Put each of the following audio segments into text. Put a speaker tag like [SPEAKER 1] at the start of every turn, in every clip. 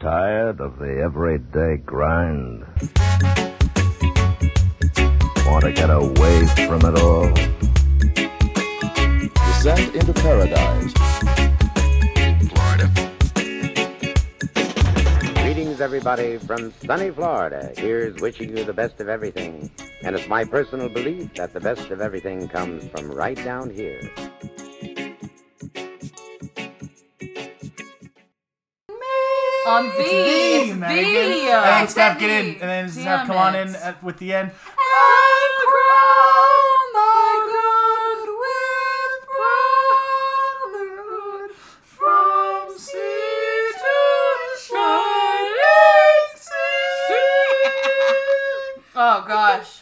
[SPEAKER 1] Tired of the everyday grind. Want to get away from it all.
[SPEAKER 2] Descend into paradise.
[SPEAKER 3] Greetings, everybody, from sunny Florida. Here's wishing you the best of everything. And it's my personal belief that the best of everything comes from right down here.
[SPEAKER 4] On V. It's V.
[SPEAKER 5] And Steph, get in. And then Steph, come on in
[SPEAKER 4] And
[SPEAKER 5] at, with the end.
[SPEAKER 4] crown thy God with brotherhood from sea to shining sea. Oh, gosh.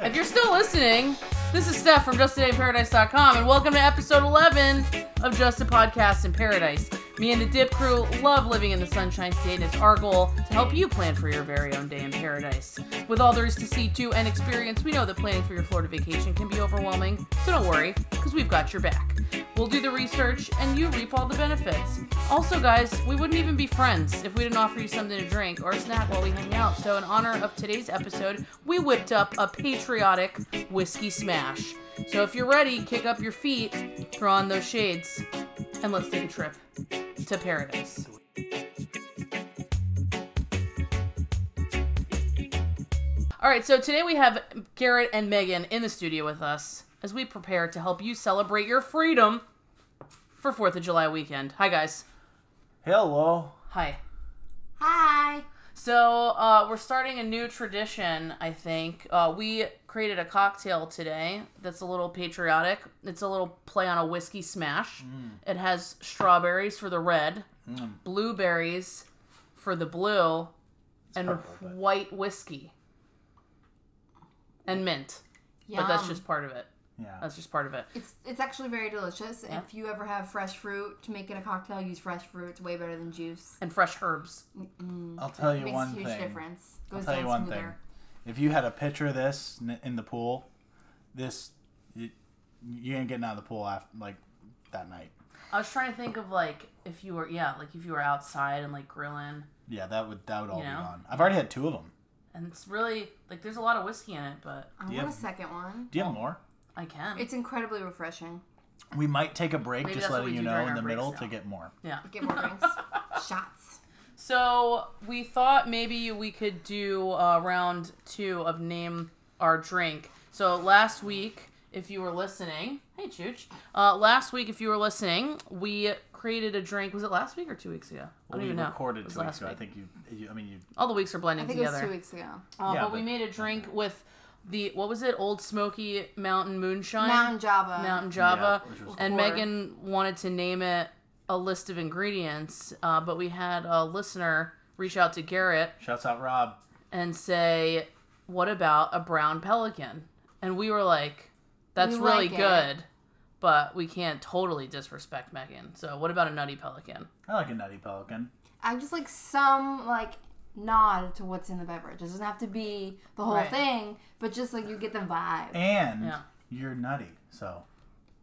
[SPEAKER 4] If you're still listening, this is Steph from JustTodayInParadise.com, and welcome to episode 11 of Just a Podcast in Paradise. Me and the Dip crew love living in the Sunshine State, and it's our goal to help you plan for your very own day in paradise. With all there is to see, do, and experience, we know that planning for your Florida vacation can be overwhelming, so don't worry, because we've got your back. We'll do the research, and you reap all the benefits. Also, guys, we wouldn't even be friends if we didn't offer you something to drink or a snack while we hang out. So, in honor of today's episode, we whipped up a patriotic whiskey smash. So, if you're ready, kick up your feet, throw on those shades, and let's take a trip to paradise. All right, so today we have Garrett and Megan in the studio with us as we prepare to help you celebrate your freedom for 4th of July weekend. Hi, guys.
[SPEAKER 5] Hello.
[SPEAKER 4] Hi.
[SPEAKER 6] Hi.
[SPEAKER 4] So uh, we're starting a new tradition. I think uh, we created a cocktail today that's a little patriotic. It's a little play on a whiskey smash. It has strawberries for the red, blueberries for the blue, and
[SPEAKER 5] purple, but-
[SPEAKER 4] white whiskey and mint. But that's
[SPEAKER 6] Yum.
[SPEAKER 4] just part of it.
[SPEAKER 5] Yeah.
[SPEAKER 4] That's just part of it.
[SPEAKER 6] It's it's actually very delicious. If you ever have fresh fruit to make it a cocktail, use fresh fruit. It's way better than juice.
[SPEAKER 4] And fresh herbs.
[SPEAKER 5] I'll tell you
[SPEAKER 6] Makes
[SPEAKER 5] one
[SPEAKER 6] a huge
[SPEAKER 5] thing.
[SPEAKER 6] difference.
[SPEAKER 5] I'll
[SPEAKER 6] Goes
[SPEAKER 5] tell
[SPEAKER 6] down
[SPEAKER 5] you one thing.
[SPEAKER 6] smoother.
[SPEAKER 5] If you had a picture of this n- in the pool, this you, you ain't getting out of the pool after like that night.
[SPEAKER 4] I was trying to think of like if you were yeah like if you were outside and like grilling.
[SPEAKER 5] Yeah, that would that would all
[SPEAKER 4] You know?
[SPEAKER 5] be gone. I've already had two of them.
[SPEAKER 4] And it's really like there's a lot of whiskey in it, but
[SPEAKER 6] I
[SPEAKER 5] you
[SPEAKER 6] want a
[SPEAKER 5] have-
[SPEAKER 6] second one.
[SPEAKER 5] Do you
[SPEAKER 4] Oh.
[SPEAKER 5] have more?
[SPEAKER 4] I can.
[SPEAKER 6] It's incredibly refreshing.
[SPEAKER 5] We might take a break,
[SPEAKER 4] Maybe
[SPEAKER 5] just
[SPEAKER 4] that's what
[SPEAKER 5] letting
[SPEAKER 4] we
[SPEAKER 5] you
[SPEAKER 4] do
[SPEAKER 5] know
[SPEAKER 4] during
[SPEAKER 5] in
[SPEAKER 4] our
[SPEAKER 5] the
[SPEAKER 4] breaks
[SPEAKER 5] middle
[SPEAKER 4] now.
[SPEAKER 5] to get more.
[SPEAKER 4] yeah.
[SPEAKER 6] Get more drinks. Shots.
[SPEAKER 4] So we thought maybe we could do uh, round two of name our drink. So last week, if you were listening, hey Chooch, uh, last week if you were listening, we created a drink. Was it last week or two weeks ago? I don't
[SPEAKER 5] we
[SPEAKER 4] even know.
[SPEAKER 5] recorded
[SPEAKER 4] It was
[SPEAKER 5] two weeks
[SPEAKER 4] last
[SPEAKER 5] ago. I
[SPEAKER 4] week.
[SPEAKER 5] think you, you. I mean, you.
[SPEAKER 4] All the weeks are blending
[SPEAKER 6] I think it
[SPEAKER 4] together.
[SPEAKER 6] was two weeks ago.
[SPEAKER 4] Uh,
[SPEAKER 5] Yeah,
[SPEAKER 4] but, we
[SPEAKER 5] but-
[SPEAKER 4] made a drink with the what was it? Old Smoky Mountain Moonshine.
[SPEAKER 6] Mountain Java.
[SPEAKER 4] Mountain Java,
[SPEAKER 5] which was
[SPEAKER 4] and
[SPEAKER 6] cool.
[SPEAKER 4] Megan wanted to name it a list of ingredients, uh, but we had a listener reach out to Garrett
[SPEAKER 5] Shouts out Rob.
[SPEAKER 4] and say, "What about a brown pelican?" And we were like, "That's
[SPEAKER 6] We
[SPEAKER 4] really
[SPEAKER 6] like it."
[SPEAKER 4] good, but we can't totally disrespect Megan. So what about a nutty pelican?"
[SPEAKER 5] I like a nutty pelican.
[SPEAKER 6] I just like some like nod to what's in the beverage. It doesn't have to be the whole
[SPEAKER 4] Right.
[SPEAKER 6] thing, but just like you get the vibe.
[SPEAKER 5] And
[SPEAKER 4] Yeah.
[SPEAKER 5] you're nutty, so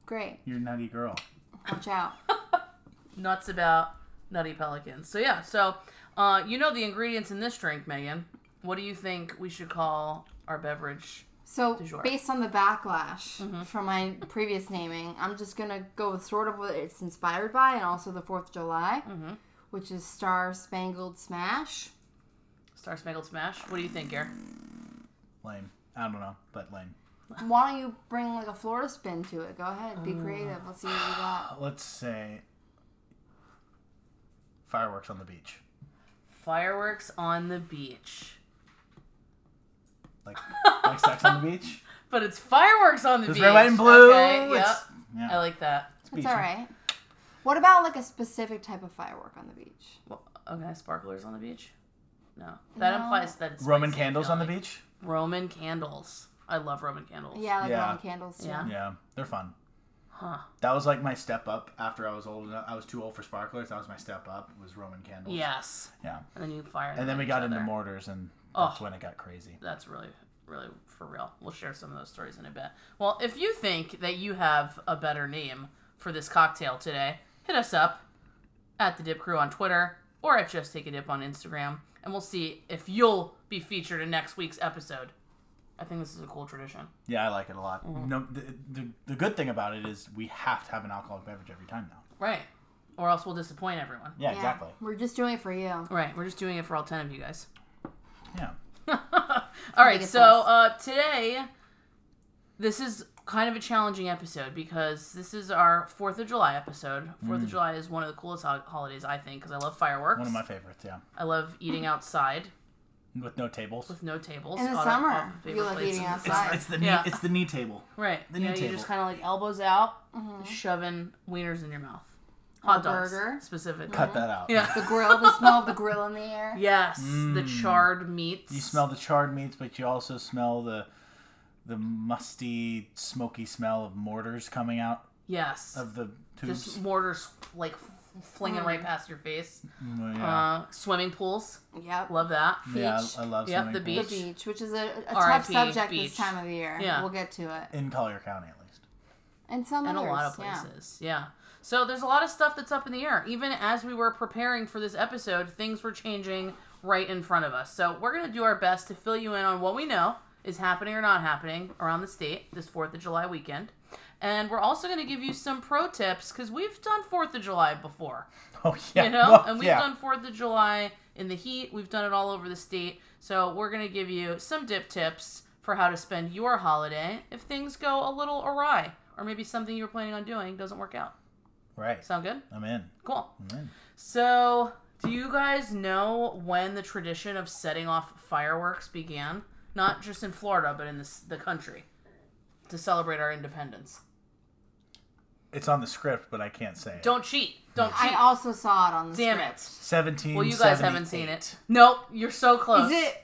[SPEAKER 6] Great.
[SPEAKER 5] you're a nutty girl.
[SPEAKER 6] Watch out.
[SPEAKER 4] Nuts about nutty pelicans. So yeah, so uh, you know the ingredients in this drink, Megan. What do you think we should call our beverage?
[SPEAKER 6] So
[SPEAKER 4] jour. Mm-hmm.
[SPEAKER 6] based on the backlash from my previous naming, I'm just gonna go with sort of what it's inspired by, and also the Fourth of July,
[SPEAKER 4] Mm-hmm.
[SPEAKER 6] which is Star Spangled Smash.
[SPEAKER 4] Star Spangled Smash. What do you think, Garrett?
[SPEAKER 5] Lame. I don't know, but lame.
[SPEAKER 6] Why don't you bring like a Florida spin to it? Go ahead,
[SPEAKER 4] Uh,
[SPEAKER 6] be creative. Let's see what we got.
[SPEAKER 5] Uh, Let's say fireworks on the beach.
[SPEAKER 4] Fireworks on the beach.
[SPEAKER 5] Like like sex on the beach.
[SPEAKER 4] But it's fireworks on the
[SPEAKER 5] There's
[SPEAKER 4] beach.
[SPEAKER 5] red, white, and blue.
[SPEAKER 4] Okay, yep.
[SPEAKER 5] It's- yeah,
[SPEAKER 4] I like that.
[SPEAKER 5] it's
[SPEAKER 6] It's
[SPEAKER 5] beachy.
[SPEAKER 6] all right. What about like a specific type of firework on the beach?
[SPEAKER 4] Well, okay, sparklers on the beach. No, that
[SPEAKER 6] No.
[SPEAKER 4] implies that it's
[SPEAKER 5] Roman
[SPEAKER 4] spicy, I
[SPEAKER 5] candles
[SPEAKER 4] feel
[SPEAKER 5] on the
[SPEAKER 4] like.
[SPEAKER 5] beach.
[SPEAKER 4] Roman candles. I love Roman candles.
[SPEAKER 6] Yeah, like
[SPEAKER 5] Yeah.
[SPEAKER 6] on candles.
[SPEAKER 4] Yeah.
[SPEAKER 6] Yeah.
[SPEAKER 5] Yeah, they're fun.
[SPEAKER 4] Huh.
[SPEAKER 5] That was like my step up after I was old enough. I was too old for sparklers. That was my step up was Roman candles.
[SPEAKER 4] Yes.
[SPEAKER 5] Yeah.
[SPEAKER 4] And then you fire. them
[SPEAKER 5] And then we
[SPEAKER 4] at
[SPEAKER 5] got
[SPEAKER 4] each
[SPEAKER 5] into
[SPEAKER 4] other.
[SPEAKER 5] mortars and that's
[SPEAKER 4] Oh.
[SPEAKER 5] when it got crazy.
[SPEAKER 4] That's really, really for real. We'll share some of those stories in a bit. Well, if you think that you have a better name for this cocktail today, hit us up at the Dip Crew on Twitter or at Just Take a Dip on Instagram, and we'll see if you'll be featured in next week's episode. I think this is a cool tradition.
[SPEAKER 5] Yeah, I like it a lot.
[SPEAKER 4] Mm-hmm.
[SPEAKER 5] No, the, the, the good thing about it is we have to have an alcoholic beverage every time now.
[SPEAKER 4] Right. Or else we'll disappoint everyone.
[SPEAKER 5] Yeah,
[SPEAKER 6] Yeah.
[SPEAKER 5] exactly.
[SPEAKER 6] We're just doing it for you.
[SPEAKER 4] Right. We're just doing it for all 10 of you guys.
[SPEAKER 5] Yeah.
[SPEAKER 4] All right,
[SPEAKER 6] biggest
[SPEAKER 4] so uh, today, this is kind of a challenging episode because this is our Fourth of July episode. Fourth of July is one of the coolest ho- holidays, I think, because I love fireworks.
[SPEAKER 5] Mm. One of my favorites, yeah.
[SPEAKER 4] I love eating outside
[SPEAKER 5] With no tables.
[SPEAKER 4] with no tables.
[SPEAKER 6] In the
[SPEAKER 4] Auto-
[SPEAKER 6] summer,
[SPEAKER 4] auto-
[SPEAKER 6] you
[SPEAKER 4] favorite
[SPEAKER 6] like
[SPEAKER 4] plates
[SPEAKER 6] eating
[SPEAKER 4] in the
[SPEAKER 6] outside.
[SPEAKER 4] summer.
[SPEAKER 5] It's, it's the knee,
[SPEAKER 4] Yeah.
[SPEAKER 5] it's the knee table.
[SPEAKER 4] Right. you
[SPEAKER 5] The new
[SPEAKER 4] know, you
[SPEAKER 5] table.
[SPEAKER 4] just kind of like elbows out, shoving wieners in your mouth. Hot dogs,
[SPEAKER 6] Mm-hmm. burger.
[SPEAKER 4] specifically.
[SPEAKER 5] Cut that out.
[SPEAKER 4] Yeah.
[SPEAKER 6] The grill, the smell of the grill in the air.
[SPEAKER 4] Yes, the charred meats.
[SPEAKER 5] Mm. You smell the charred meats, but you also smell the the musty, smoky smell of mortars coming out
[SPEAKER 4] Yes.
[SPEAKER 5] of the tubes.
[SPEAKER 4] just mortars like f- flinging right past your face.
[SPEAKER 5] Mm, yeah.
[SPEAKER 4] Uh, swimming pools,
[SPEAKER 6] Yep.
[SPEAKER 4] love that.
[SPEAKER 5] yeah,
[SPEAKER 6] beach.
[SPEAKER 5] I, I love
[SPEAKER 4] Yep,
[SPEAKER 5] swimming
[SPEAKER 4] the
[SPEAKER 5] pools.
[SPEAKER 6] the
[SPEAKER 4] beach.
[SPEAKER 6] beach, which is a, a tough
[SPEAKER 4] R.I.P.
[SPEAKER 6] subject
[SPEAKER 4] beach.
[SPEAKER 6] this time of the year.
[SPEAKER 4] Yeah.
[SPEAKER 6] We'll get to it.
[SPEAKER 5] in Collier County at least.
[SPEAKER 6] And some
[SPEAKER 4] and a
[SPEAKER 6] others,
[SPEAKER 4] lot of
[SPEAKER 6] yeah.
[SPEAKER 4] places. Yeah. So there's a lot of stuff that's up in the air. Even as we were preparing for this episode, things were changing right in front of us. So we're gonna do our best to fill you in on what we know is happening or not happening around the state this Fourth of July weekend. And we're also going to give you some pro tips because we've done Fourth of July before.
[SPEAKER 5] Oh yeah,
[SPEAKER 4] you know
[SPEAKER 5] Well,
[SPEAKER 4] and we've
[SPEAKER 5] yeah.
[SPEAKER 4] done fourth of july in the heat we've done it all over the state so we're going to give you some dip tips for how to spend your holiday if things go a little awry or maybe something you were planning on doing doesn't work out
[SPEAKER 5] right.
[SPEAKER 4] sound good
[SPEAKER 5] I'm in.
[SPEAKER 4] cool
[SPEAKER 5] I'm in.
[SPEAKER 4] so do you guys know when the tradition of setting off fireworks began not just in florida but in the, the country to celebrate our independence
[SPEAKER 5] It's on the script, but I can't say it.
[SPEAKER 4] don't cheat don't cheat
[SPEAKER 6] I also saw it on the
[SPEAKER 4] damn
[SPEAKER 6] script.
[SPEAKER 4] it
[SPEAKER 5] Seventeen.
[SPEAKER 4] well you guys haven't seen it nope you're so close
[SPEAKER 6] Is it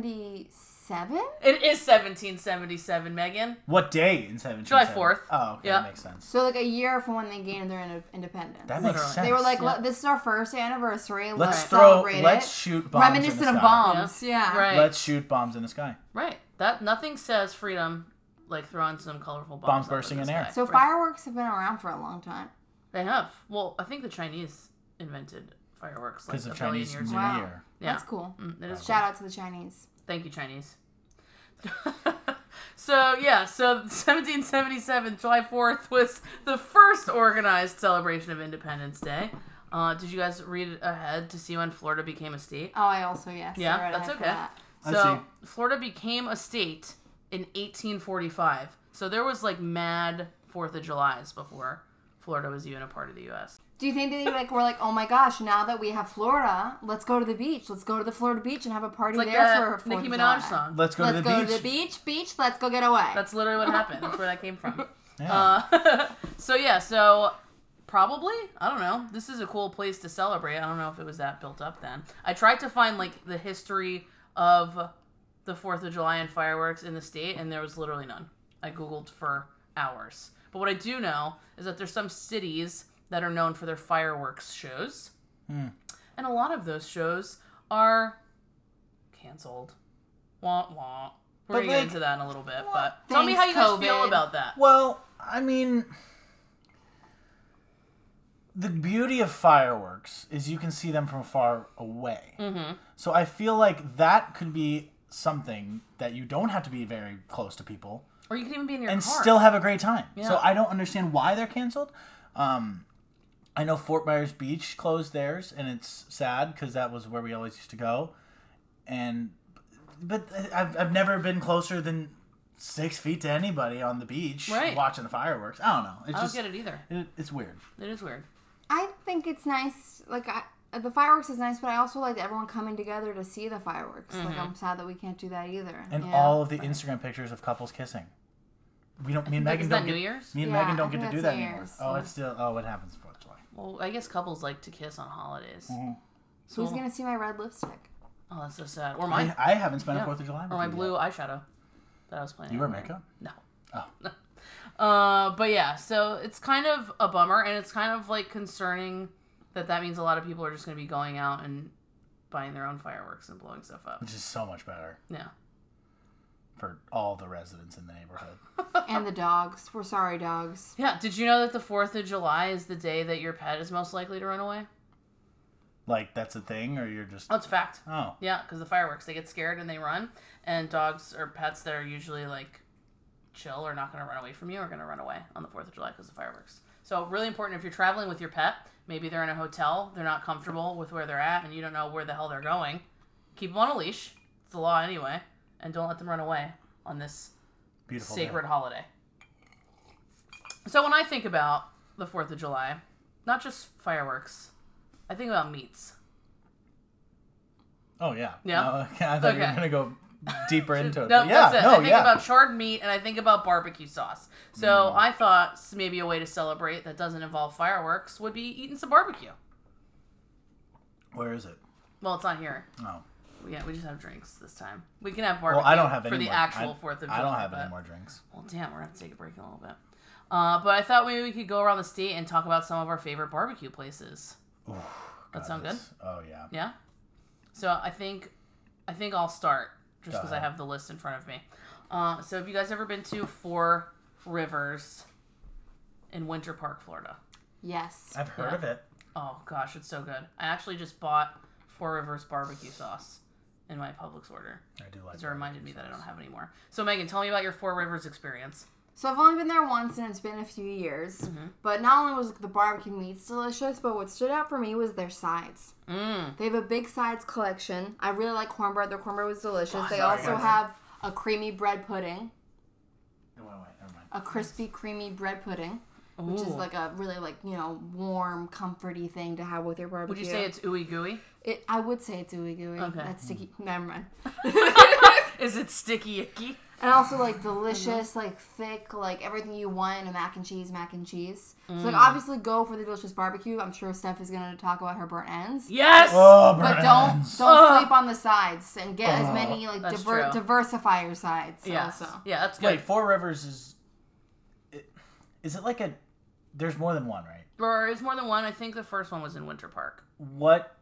[SPEAKER 6] 1777?
[SPEAKER 4] It is 1777, Megan.
[SPEAKER 5] What day in seventeen?
[SPEAKER 4] July 4th.
[SPEAKER 5] Oh, okay,
[SPEAKER 4] Yeah.
[SPEAKER 5] that makes sense.
[SPEAKER 6] So like a year from when they gained their inde- independence.
[SPEAKER 5] That makes
[SPEAKER 4] Literally.
[SPEAKER 5] sense.
[SPEAKER 6] they were like,
[SPEAKER 4] Yeah.
[SPEAKER 6] "Look, "This is our first anniversary. Let's,
[SPEAKER 5] let's throw,
[SPEAKER 6] celebrate
[SPEAKER 5] let's
[SPEAKER 6] it."
[SPEAKER 5] shoot bombs. in the
[SPEAKER 6] Reminiscent of
[SPEAKER 5] sky.
[SPEAKER 6] bombs, yeah.
[SPEAKER 4] Right.
[SPEAKER 5] Let's shoot bombs in the sky.
[SPEAKER 4] Right. That nothing says freedom like throwing some colorful bombs.
[SPEAKER 5] Bombs
[SPEAKER 4] up in
[SPEAKER 5] bursting
[SPEAKER 4] the
[SPEAKER 5] in air.
[SPEAKER 4] sky.
[SPEAKER 6] So
[SPEAKER 4] Right.
[SPEAKER 6] fireworks have been around for a long time.
[SPEAKER 4] They have. Well, I think the Chinese invented fireworks like
[SPEAKER 5] Because
[SPEAKER 4] a
[SPEAKER 5] of
[SPEAKER 4] billion
[SPEAKER 5] Chinese
[SPEAKER 4] years
[SPEAKER 5] New
[SPEAKER 4] ago.
[SPEAKER 6] Wow.
[SPEAKER 5] Year.
[SPEAKER 4] Yeah.
[SPEAKER 6] That's cool.
[SPEAKER 4] Mm, that is
[SPEAKER 6] Shout out to the Chinese.
[SPEAKER 4] Thank you, Chinese. so yeah, so 1777, July 4th was the first organized celebration of Independence Day. Uh, did you guys read ahead to see when Florida became a state?
[SPEAKER 6] Oh, I also yes. I
[SPEAKER 4] Yeah,
[SPEAKER 6] read
[SPEAKER 4] that's
[SPEAKER 6] ahead for
[SPEAKER 4] okay.
[SPEAKER 6] that.
[SPEAKER 5] I
[SPEAKER 4] So Florida became a state in 1845. So there was like mad Fourth of July's before Florida was even a part of the U.S.
[SPEAKER 6] Do you think they like were like, oh my gosh, now that we have Florida, let's go to the beach. Let's go to the Florida beach and have a party
[SPEAKER 4] It's like
[SPEAKER 6] there
[SPEAKER 4] that
[SPEAKER 6] for
[SPEAKER 4] Nicki
[SPEAKER 6] Fourth of
[SPEAKER 4] Minaj
[SPEAKER 6] July.
[SPEAKER 4] song.
[SPEAKER 5] Let's go
[SPEAKER 6] Let's
[SPEAKER 5] to the
[SPEAKER 6] go
[SPEAKER 5] beach.
[SPEAKER 6] to the beach, beach. Let's go get away.
[SPEAKER 4] That's literally what happened. That's where that came from.
[SPEAKER 5] Yeah.
[SPEAKER 4] Uh, so yeah, so probably I don't know. This is a cool place to celebrate. I don't know if it was that built up then. I tried to find like the history of the Fourth of July and fireworks in the state, and there was literally none. I googled for hours. But what I do know is that there's some cities that are known for their fireworks shows,
[SPEAKER 5] Hmm.
[SPEAKER 4] and a lot of those shows are canceled. Wah wah. We're
[SPEAKER 5] But,
[SPEAKER 4] gonna get
[SPEAKER 5] like-
[SPEAKER 4] into that in a little bit, but tell me how you
[SPEAKER 6] Thanks,
[SPEAKER 4] guys feel
[SPEAKER 6] COVID.
[SPEAKER 4] about that.
[SPEAKER 5] Well, I mean, the beauty of fireworks is you can see them from far away. So I feel like that could be something that you don't have to be very close to people
[SPEAKER 4] Or you can even be in your
[SPEAKER 5] and
[SPEAKER 4] car.
[SPEAKER 5] still have a great time.
[SPEAKER 4] Yeah.
[SPEAKER 5] So I don't understand why they're canceled. Um, I know Fort Myers Beach closed theirs, and it's sad because that was where we always used to go. And but I've, I've never been closer than six feet to anybody on the beach
[SPEAKER 4] Right.
[SPEAKER 5] watching the fireworks. I don't know. It's
[SPEAKER 4] I don't
[SPEAKER 5] just
[SPEAKER 4] get it either.
[SPEAKER 5] It, it's weird.
[SPEAKER 4] It is weird.
[SPEAKER 6] I think it's nice. Like I, the fireworks is nice, but I also like everyone coming together to see the fireworks. Like I'm sad that we can't do that either.
[SPEAKER 5] And
[SPEAKER 6] Yeah.
[SPEAKER 5] all of the Instagram pictures of couples kissing. We don't. Me and
[SPEAKER 4] that-
[SPEAKER 5] Megan
[SPEAKER 4] is that
[SPEAKER 5] don't
[SPEAKER 4] New
[SPEAKER 5] get.
[SPEAKER 4] Year's?
[SPEAKER 5] Me and
[SPEAKER 6] Yeah,
[SPEAKER 5] Megan
[SPEAKER 6] I
[SPEAKER 5] don't
[SPEAKER 6] think
[SPEAKER 5] get to do
[SPEAKER 6] that's
[SPEAKER 5] that
[SPEAKER 6] New
[SPEAKER 5] anymore.
[SPEAKER 6] Year's.
[SPEAKER 5] Oh, it's still. Oh, it happens Fourth of July.
[SPEAKER 4] Well, I guess couples like to kiss on holidays.
[SPEAKER 5] Mm-hmm.
[SPEAKER 6] who's gonna see my red lipstick?
[SPEAKER 4] Oh, that's so sad. Or my
[SPEAKER 5] I, I haven't spent
[SPEAKER 4] yeah.
[SPEAKER 5] a Fourth of July.
[SPEAKER 4] or
[SPEAKER 5] with
[SPEAKER 4] my
[SPEAKER 5] you
[SPEAKER 4] blue
[SPEAKER 5] yet.
[SPEAKER 4] eyeshadow that I was planning.
[SPEAKER 5] You wear
[SPEAKER 4] on
[SPEAKER 5] makeup.
[SPEAKER 4] wearing.
[SPEAKER 5] Oh.
[SPEAKER 4] No. Uh, but yeah, so it's kind of a bummer, and it's kind of like concerning that that means a lot of people are just going to be going out and buying their own fireworks and blowing stuff up.
[SPEAKER 5] which is so much better
[SPEAKER 4] Yeah.
[SPEAKER 5] for all the residents in the neighborhood.
[SPEAKER 6] and the dogs. We're sorry, dogs.
[SPEAKER 4] Yeah. Did you know that the Fourth of July is the day that your pet is most likely to run away?
[SPEAKER 5] Like that's a thing, or you're just
[SPEAKER 4] That's fact.
[SPEAKER 5] oh
[SPEAKER 4] Yeah, because the fireworks, they get scared and they run. And dogs or pets that are usually like chill or not going to run away from you are going to run away on the 4th of July because of fireworks. So, really important if you're traveling with your pet, maybe they're in a hotel, they're not comfortable with where they're at, and you don't know where the hell they're going, keep them on a leash. It's the law anyway. And don't let them run away on this
[SPEAKER 5] beautiful day.
[SPEAKER 4] sacred holiday. So when I think about the Fourth of July, not just fireworks, I think about meats.
[SPEAKER 5] Oh yeah.
[SPEAKER 4] Yeah.
[SPEAKER 5] No, okay, I thought you
[SPEAKER 4] Okay.
[SPEAKER 5] were gonna go deeper into it.
[SPEAKER 4] No,
[SPEAKER 5] but yeah.
[SPEAKER 4] that's it.
[SPEAKER 5] No,
[SPEAKER 4] I think
[SPEAKER 5] yeah. Mm.
[SPEAKER 4] about charred meat and I think about barbecue sauce. So I thought s- maybe a way to celebrate that doesn't involve fireworks would be eating some barbecue.
[SPEAKER 5] Where is it?
[SPEAKER 4] Well, it's not here.
[SPEAKER 5] Oh.
[SPEAKER 4] Yeah, we just have drinks this time. We can have barbecue
[SPEAKER 5] Well, I don't have any
[SPEAKER 4] for the
[SPEAKER 5] more.
[SPEAKER 4] actual
[SPEAKER 5] I,
[SPEAKER 4] Fourth of
[SPEAKER 5] I
[SPEAKER 4] July.
[SPEAKER 5] don't have
[SPEAKER 4] but-
[SPEAKER 5] any more drinks.
[SPEAKER 4] Well, damn, we're gonna have to take a break in a little bit. Uh, but I thought maybe we could go around the state and talk about some of our favorite barbecue places. that sound good?
[SPEAKER 5] That's- Oh yeah.
[SPEAKER 4] Yeah. So I think, I think I'll start just because I
[SPEAKER 5] ahead.
[SPEAKER 4] have the list in front of me. Uh, so have you guys ever been to Four Rivers in Winter Park, Florida?
[SPEAKER 6] Yes.
[SPEAKER 5] I've heard
[SPEAKER 4] Yeah.
[SPEAKER 5] of it.
[SPEAKER 4] Oh gosh, it's so good. I actually just bought Four Rivers barbecue sauce in my Publix order.
[SPEAKER 5] I do like.
[SPEAKER 4] It reminded me that I don't have any more. So Megan, tell me about your Four Rivers experience.
[SPEAKER 6] So I've only been there once, and it's been a few years. But not only was the barbecue meats delicious, but what stood out for me was their sides. Mm. They have a big sides collection. I really like cornbread. Their cornbread was delicious. they also have a creamy bread pudding,
[SPEAKER 5] Wait, wait, never mind.
[SPEAKER 6] a crispy, creamy bread pudding, which is
[SPEAKER 4] Ooh.
[SPEAKER 6] like a really like you know warm, comforty thing to have with your barbecue.
[SPEAKER 4] Would you say it's ooey gooey?
[SPEAKER 6] It, I would say it's ooey gooey.
[SPEAKER 4] Okay. Mm.
[SPEAKER 6] That's sticky. Never mind.
[SPEAKER 4] Is it sticky icky?
[SPEAKER 6] And also like delicious,
[SPEAKER 4] Uh-huh.
[SPEAKER 6] like thick, like everything you want in a mac and cheese, mac and cheese. So
[SPEAKER 4] Mm.
[SPEAKER 6] like obviously go for the delicious barbecue. I'm sure Steph is gonna talk about her burnt ends.
[SPEAKER 4] Yes.
[SPEAKER 5] Oh,
[SPEAKER 6] But
[SPEAKER 5] burn
[SPEAKER 6] don't
[SPEAKER 5] ends.
[SPEAKER 6] don't sleep on the sides and get as many like
[SPEAKER 4] Oh, That's
[SPEAKER 6] diver-
[SPEAKER 4] true.
[SPEAKER 6] diversify your sides
[SPEAKER 4] Yes.
[SPEAKER 6] also.
[SPEAKER 4] Yeah, that's good.
[SPEAKER 5] Wait, Four Rivers is. it- Is it like a? There's more than one, right?
[SPEAKER 4] There is more than one. I think the first one was in Winter Park.
[SPEAKER 5] What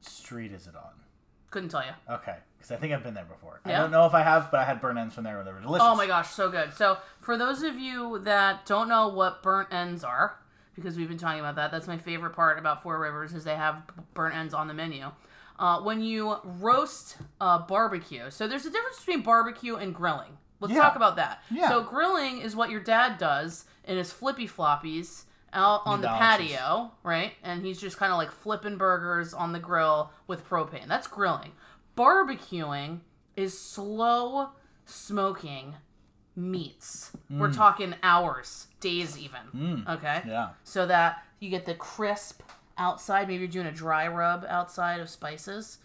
[SPEAKER 5] street is it on?
[SPEAKER 4] Couldn't tell you.
[SPEAKER 5] Okay, because I think I've been there before.
[SPEAKER 4] Yeah.
[SPEAKER 5] I don't know if I have, but I had burn ends from there. They were delicious.
[SPEAKER 4] Oh my gosh, so good. So, for those of you that don't know what burnt ends are, because we've been talking about that, that's my favorite part about Four Rivers is they have b- burnt ends on the menu. Uh, when you roast uh, barbecue, so there's a difference between barbecue and grilling. Let's
[SPEAKER 5] Yeah.
[SPEAKER 4] talk about that.
[SPEAKER 5] Yeah.
[SPEAKER 4] So grilling is what your dad does in his flippy floppies out on the
[SPEAKER 5] balances.
[SPEAKER 4] patio, right? And he's just kind of like flipping burgers on the grill with propane. That's grilling. Barbecuing is slow smoking meats. We're talking hours, days even. Okay?
[SPEAKER 5] Yeah.
[SPEAKER 4] So that you get the crisp outside. Maybe you're doing a dry rub outside of spices.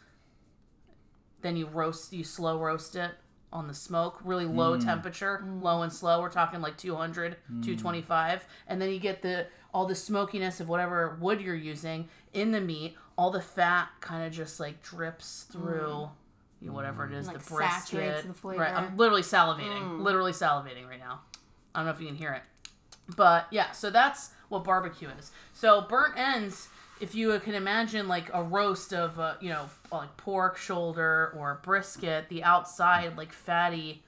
[SPEAKER 4] Then you roast, you slow roast it on the smoke, really low temperature, low and slow. We're talking like 200, 225. And then you get the all the smokiness of whatever wood you're using in the meat. All the fat kind of just like drips through. You know, whatever it is,
[SPEAKER 6] Mm. Like
[SPEAKER 4] the brisket.
[SPEAKER 6] saturates the
[SPEAKER 4] Right,
[SPEAKER 6] flavor. Mm.
[SPEAKER 4] I'm literally salivating, literally salivating right now. I don't know if you can hear it. But yeah, so that's what barbecue is. So burnt ends, if you can imagine like a roast of uh, you know like pork shoulder or brisket, the outside like fatty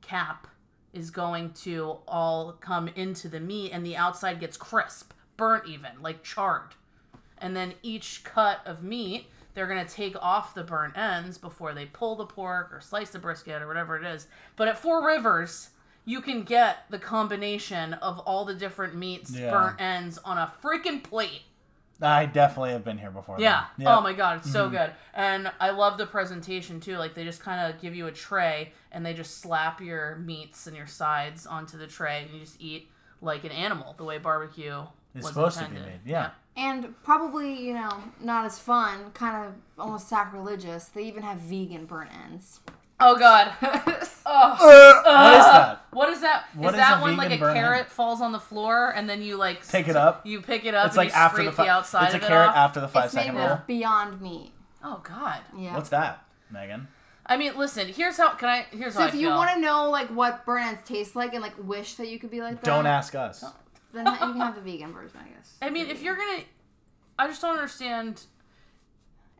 [SPEAKER 4] cap is going to all come into the meat, and the outside gets crisp, burnt even like charred. And then each cut of meat, they're gonna take off the burnt ends before they pull the pork or slice the brisket or whatever it is. But at Four Rivers, you can get the combination of all the different meats,
[SPEAKER 5] Yeah.
[SPEAKER 4] burnt ends on a freaking plate.
[SPEAKER 5] I definitely have been here before. then.
[SPEAKER 4] Yeah.
[SPEAKER 5] Yeah. Mm-hmm.
[SPEAKER 4] Oh my god, it's so good. And I love the presentation too. Like they just kind of give you a tray and they just slap your meats and your sides onto the tray and you just eat like an animal, the way barbecue
[SPEAKER 5] It's
[SPEAKER 4] was
[SPEAKER 5] supposed to be
[SPEAKER 4] intended.
[SPEAKER 5] made. Yeah.
[SPEAKER 6] And probably, you know, not as fun, kind of almost sacrilegious. They even have vegan burnt ends.
[SPEAKER 4] Oh god. oh.
[SPEAKER 5] What is that?
[SPEAKER 4] What is that? Is
[SPEAKER 5] What is
[SPEAKER 4] that
[SPEAKER 5] a
[SPEAKER 4] one like a
[SPEAKER 5] vegan burn
[SPEAKER 4] carrot
[SPEAKER 5] in?
[SPEAKER 4] falls on the floor and then you like
[SPEAKER 5] Pick it
[SPEAKER 4] st-
[SPEAKER 5] up?
[SPEAKER 4] You pick it up.
[SPEAKER 5] It's
[SPEAKER 4] and
[SPEAKER 5] like
[SPEAKER 4] you
[SPEAKER 5] after
[SPEAKER 4] scrape
[SPEAKER 5] the
[SPEAKER 4] the
[SPEAKER 5] five.
[SPEAKER 4] outside.
[SPEAKER 5] It's a
[SPEAKER 4] of it
[SPEAKER 5] carrot
[SPEAKER 4] off.
[SPEAKER 5] after the five
[SPEAKER 6] It's made
[SPEAKER 5] second
[SPEAKER 6] with
[SPEAKER 5] rule.
[SPEAKER 6] Beyond Meat.
[SPEAKER 4] Oh god.
[SPEAKER 6] Yeah.
[SPEAKER 5] What's that, Megan?
[SPEAKER 4] I mean, listen. Here's how. Can I? Here's
[SPEAKER 6] So
[SPEAKER 4] how
[SPEAKER 6] if
[SPEAKER 4] I
[SPEAKER 6] you
[SPEAKER 4] feel.
[SPEAKER 6] want to know like what burnt ends taste like and like wish that you could be like that,
[SPEAKER 5] Don't ask us.
[SPEAKER 4] Oh,
[SPEAKER 6] Then you can have the vegan version, I guess.
[SPEAKER 4] I mean, if you're gonna, I just don't understand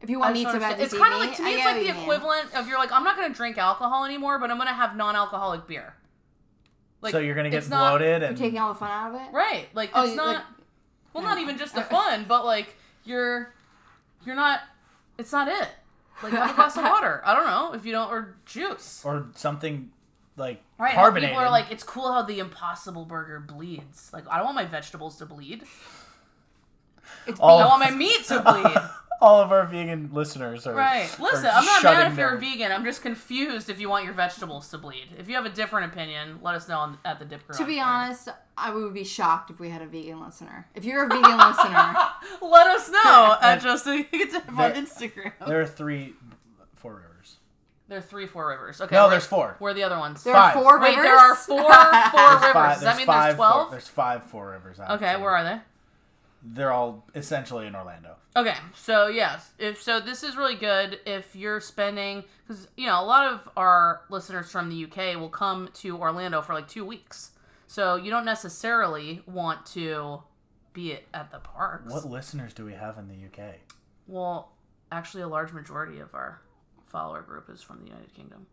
[SPEAKER 6] If you want
[SPEAKER 4] I
[SPEAKER 6] meat
[SPEAKER 4] just
[SPEAKER 6] so
[SPEAKER 4] don't
[SPEAKER 6] bad,
[SPEAKER 4] understand.
[SPEAKER 6] just
[SPEAKER 4] It's
[SPEAKER 6] eat
[SPEAKER 4] kind of like
[SPEAKER 6] meat,
[SPEAKER 4] to me,
[SPEAKER 6] I
[SPEAKER 4] it's
[SPEAKER 6] gotta
[SPEAKER 4] like the
[SPEAKER 6] be vegan.
[SPEAKER 4] equivalent of you're like, I'm not gonna drink alcohol anymore, but I'm gonna have non-alcoholic beer. Like,
[SPEAKER 5] so you're gonna get
[SPEAKER 4] it's not-
[SPEAKER 5] bloated
[SPEAKER 6] You're
[SPEAKER 5] and
[SPEAKER 6] taking all the fun out of it.
[SPEAKER 4] right? Like
[SPEAKER 6] Oh,
[SPEAKER 4] it's
[SPEAKER 6] you-
[SPEAKER 4] not.
[SPEAKER 6] like-
[SPEAKER 4] well, not even just the fun, but like you're you're not. It's not it. Like have a glass of water. I don't know if you don't or juice.
[SPEAKER 5] or something like
[SPEAKER 4] Right, how
[SPEAKER 5] carbonated.
[SPEAKER 4] people are like, it's cool how the Impossible Burger bleeds. Like, I don't want my vegetables to bleed.
[SPEAKER 6] It's
[SPEAKER 5] All-
[SPEAKER 4] I want my meat to bleed.
[SPEAKER 5] all of our vegan listeners are
[SPEAKER 4] Right.
[SPEAKER 5] are
[SPEAKER 4] Listen, I'm not mad
[SPEAKER 5] shutting
[SPEAKER 4] if you're a
[SPEAKER 5] down.
[SPEAKER 4] vegan. I'm just confused if you want your vegetables to bleed. If you have a different opinion, let us know on, at the dip. Crew
[SPEAKER 6] To
[SPEAKER 4] on
[SPEAKER 6] be
[SPEAKER 4] Twitter.
[SPEAKER 6] honest, I would be shocked if we had a vegan listener. If you're a vegan listener,
[SPEAKER 4] let us know at
[SPEAKER 5] And-
[SPEAKER 4] Justin Dip on
[SPEAKER 5] There-
[SPEAKER 4] Instagram. There,
[SPEAKER 5] There are three, four rivers.
[SPEAKER 4] are three, four rivers. Okay.
[SPEAKER 5] No,
[SPEAKER 4] where-
[SPEAKER 5] there's four.
[SPEAKER 4] Where are the other ones?
[SPEAKER 6] there are
[SPEAKER 5] Five.
[SPEAKER 6] four
[SPEAKER 4] Wait,
[SPEAKER 6] rivers.
[SPEAKER 4] there are four, four rivers.
[SPEAKER 5] Five-
[SPEAKER 4] Does that mean
[SPEAKER 5] five
[SPEAKER 4] there's twelve?
[SPEAKER 5] Four, there's five four rivers. out
[SPEAKER 4] okay.
[SPEAKER 5] there.
[SPEAKER 4] Where are they?
[SPEAKER 5] They're all essentially in Orlando.
[SPEAKER 4] Okay, so yes, if so, this is really good if you're spending because you know a lot of our listeners from the UK will come to Orlando for like two weeks, so you don't necessarily want to be at- at the parks.
[SPEAKER 5] What listeners do we have in the UK?
[SPEAKER 4] Well, actually, a large majority of our follower group is from the United Kingdom.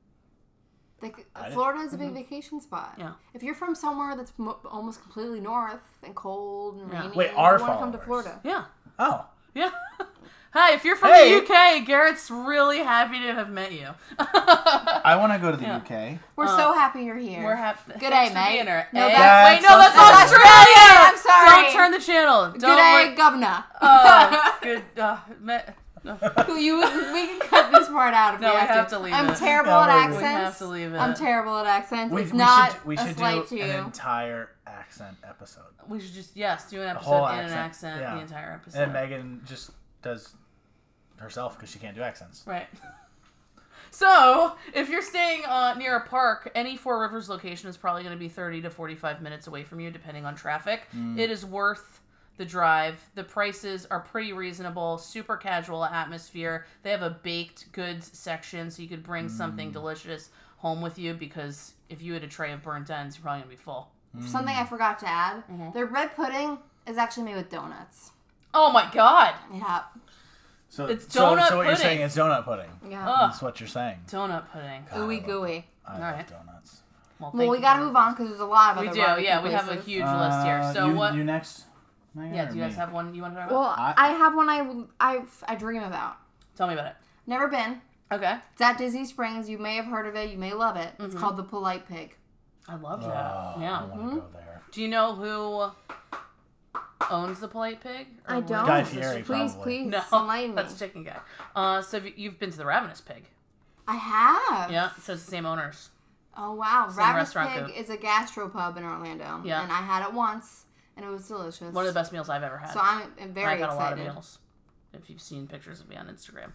[SPEAKER 6] Like,
[SPEAKER 5] didn't-
[SPEAKER 6] Florida is a big vacation spot.
[SPEAKER 4] Yeah.
[SPEAKER 6] If you're from somewhere that's mo- almost completely north and cold and
[SPEAKER 4] Yeah.
[SPEAKER 6] rainy,
[SPEAKER 5] Wait,
[SPEAKER 6] you
[SPEAKER 5] our
[SPEAKER 6] want to come to
[SPEAKER 5] followers.
[SPEAKER 6] Florida.
[SPEAKER 4] Yeah,
[SPEAKER 5] Oh,
[SPEAKER 4] yeah. Hi, if you're from
[SPEAKER 5] Hey.
[SPEAKER 4] the UK, Garrett's really happy to have met you.
[SPEAKER 5] I want to go to the
[SPEAKER 4] Yeah.
[SPEAKER 5] UK.
[SPEAKER 6] We're so happy you're here.
[SPEAKER 4] Uh, We're happy.
[SPEAKER 6] Good
[SPEAKER 4] Thanks for
[SPEAKER 6] day, mate.
[SPEAKER 4] being here.
[SPEAKER 6] No,
[SPEAKER 4] Eh?
[SPEAKER 5] that's-
[SPEAKER 4] Wait, no, that's,
[SPEAKER 5] That's Australia.
[SPEAKER 4] Australia.
[SPEAKER 6] I'm sorry.
[SPEAKER 4] Don't turn the channel. Don't
[SPEAKER 6] Good day,
[SPEAKER 4] worry.
[SPEAKER 6] governor.
[SPEAKER 4] Oh, good. Uh, me- uh, no,
[SPEAKER 6] you, we can cut this part out if
[SPEAKER 4] No,
[SPEAKER 6] we
[SPEAKER 4] we
[SPEAKER 6] have,
[SPEAKER 4] have
[SPEAKER 6] to.
[SPEAKER 4] to leave
[SPEAKER 6] I'm
[SPEAKER 4] it.
[SPEAKER 6] terrible
[SPEAKER 5] No,
[SPEAKER 6] at
[SPEAKER 5] we-
[SPEAKER 6] accents.
[SPEAKER 5] we
[SPEAKER 4] have to leave it.
[SPEAKER 6] I'm terrible at accents.
[SPEAKER 5] We,
[SPEAKER 6] it's
[SPEAKER 5] we
[SPEAKER 6] not
[SPEAKER 5] should, we
[SPEAKER 6] a
[SPEAKER 5] should
[SPEAKER 6] slight
[SPEAKER 5] do
[SPEAKER 6] to you.
[SPEAKER 5] an entire accent episode.
[SPEAKER 4] we should just yes do an episode
[SPEAKER 5] whole
[SPEAKER 4] in an
[SPEAKER 5] accent,
[SPEAKER 4] accent the
[SPEAKER 5] yeah.
[SPEAKER 4] entire episode.
[SPEAKER 5] And Megan just does herself because she can't do accents.
[SPEAKER 4] Right. So, if you're staying uh, near a park, any Four Rivers location is probably going to be 30 to 45 minutes away from you, depending on traffic.
[SPEAKER 5] Mm.
[SPEAKER 4] It is worth the drive. The prices are pretty reasonable, super casual atmosphere. They have a baked goods section, so you could bring
[SPEAKER 5] Mm.
[SPEAKER 4] something delicious home with you because if you had a tray of burnt ends, you're probably going to be full.
[SPEAKER 6] Something I forgot to add.
[SPEAKER 4] Mm-hmm.
[SPEAKER 6] Their red pudding is actually made with donuts.
[SPEAKER 4] Oh my god!
[SPEAKER 6] Yeah.
[SPEAKER 4] Oh.
[SPEAKER 5] So
[SPEAKER 4] It's
[SPEAKER 5] so,
[SPEAKER 4] donut
[SPEAKER 5] so what you're
[SPEAKER 4] pudding.
[SPEAKER 5] saying is donut pudding.
[SPEAKER 6] Yeah.
[SPEAKER 4] Ugh,
[SPEAKER 5] That's what you're saying.
[SPEAKER 4] donut pudding.
[SPEAKER 6] Ooey gooey.
[SPEAKER 5] I
[SPEAKER 4] All
[SPEAKER 5] love
[SPEAKER 4] right.
[SPEAKER 5] donuts.
[SPEAKER 6] Well,
[SPEAKER 4] thank
[SPEAKER 6] we
[SPEAKER 4] you.
[SPEAKER 6] gotta move on because there's a lot of
[SPEAKER 4] We
[SPEAKER 6] other.
[SPEAKER 4] do,
[SPEAKER 6] barbecue
[SPEAKER 4] yeah. We have a
[SPEAKER 6] places.
[SPEAKER 4] huge list here.
[SPEAKER 5] Uh,
[SPEAKER 4] So,
[SPEAKER 5] you,
[SPEAKER 4] what?
[SPEAKER 5] you next? Megan,
[SPEAKER 4] yeah,
[SPEAKER 5] or
[SPEAKER 4] do you guys
[SPEAKER 5] me?
[SPEAKER 4] have one you want to talk about?
[SPEAKER 6] Well,
[SPEAKER 5] I-
[SPEAKER 6] I, have one I, I I dream about.
[SPEAKER 4] Tell me about it.
[SPEAKER 6] Never been.
[SPEAKER 4] Okay.
[SPEAKER 6] It's at Disney Springs. You may have heard of it. You may love it. It's called the Polite Pig.
[SPEAKER 4] I love that.
[SPEAKER 5] Oh, I
[SPEAKER 4] yeah. Hmm?
[SPEAKER 5] want to go there.
[SPEAKER 4] Do you know who owns the polite pig? Or
[SPEAKER 6] I
[SPEAKER 4] what-
[SPEAKER 6] don't.
[SPEAKER 5] Guy Fieri,
[SPEAKER 6] please,
[SPEAKER 5] probably.
[SPEAKER 6] please
[SPEAKER 4] No,
[SPEAKER 6] enlighten me.
[SPEAKER 4] that's chicken guy. Uh, so have you- you've been to the ravenous pig?
[SPEAKER 6] I have.
[SPEAKER 4] Yeah. So it's the same owners.
[SPEAKER 6] Oh wow,
[SPEAKER 4] Some
[SPEAKER 6] Ravenous
[SPEAKER 4] restaurant
[SPEAKER 6] Pig
[SPEAKER 4] food.
[SPEAKER 6] is a gastropub in Orlando.
[SPEAKER 4] Yeah.
[SPEAKER 6] And I had it once, and it was delicious.
[SPEAKER 4] One of the best meals I've ever had.
[SPEAKER 6] So I'm I'm
[SPEAKER 4] And
[SPEAKER 6] very
[SPEAKER 4] I got a lot of
[SPEAKER 6] excited.
[SPEAKER 4] meals. If you've seen pictures of me on Instagram.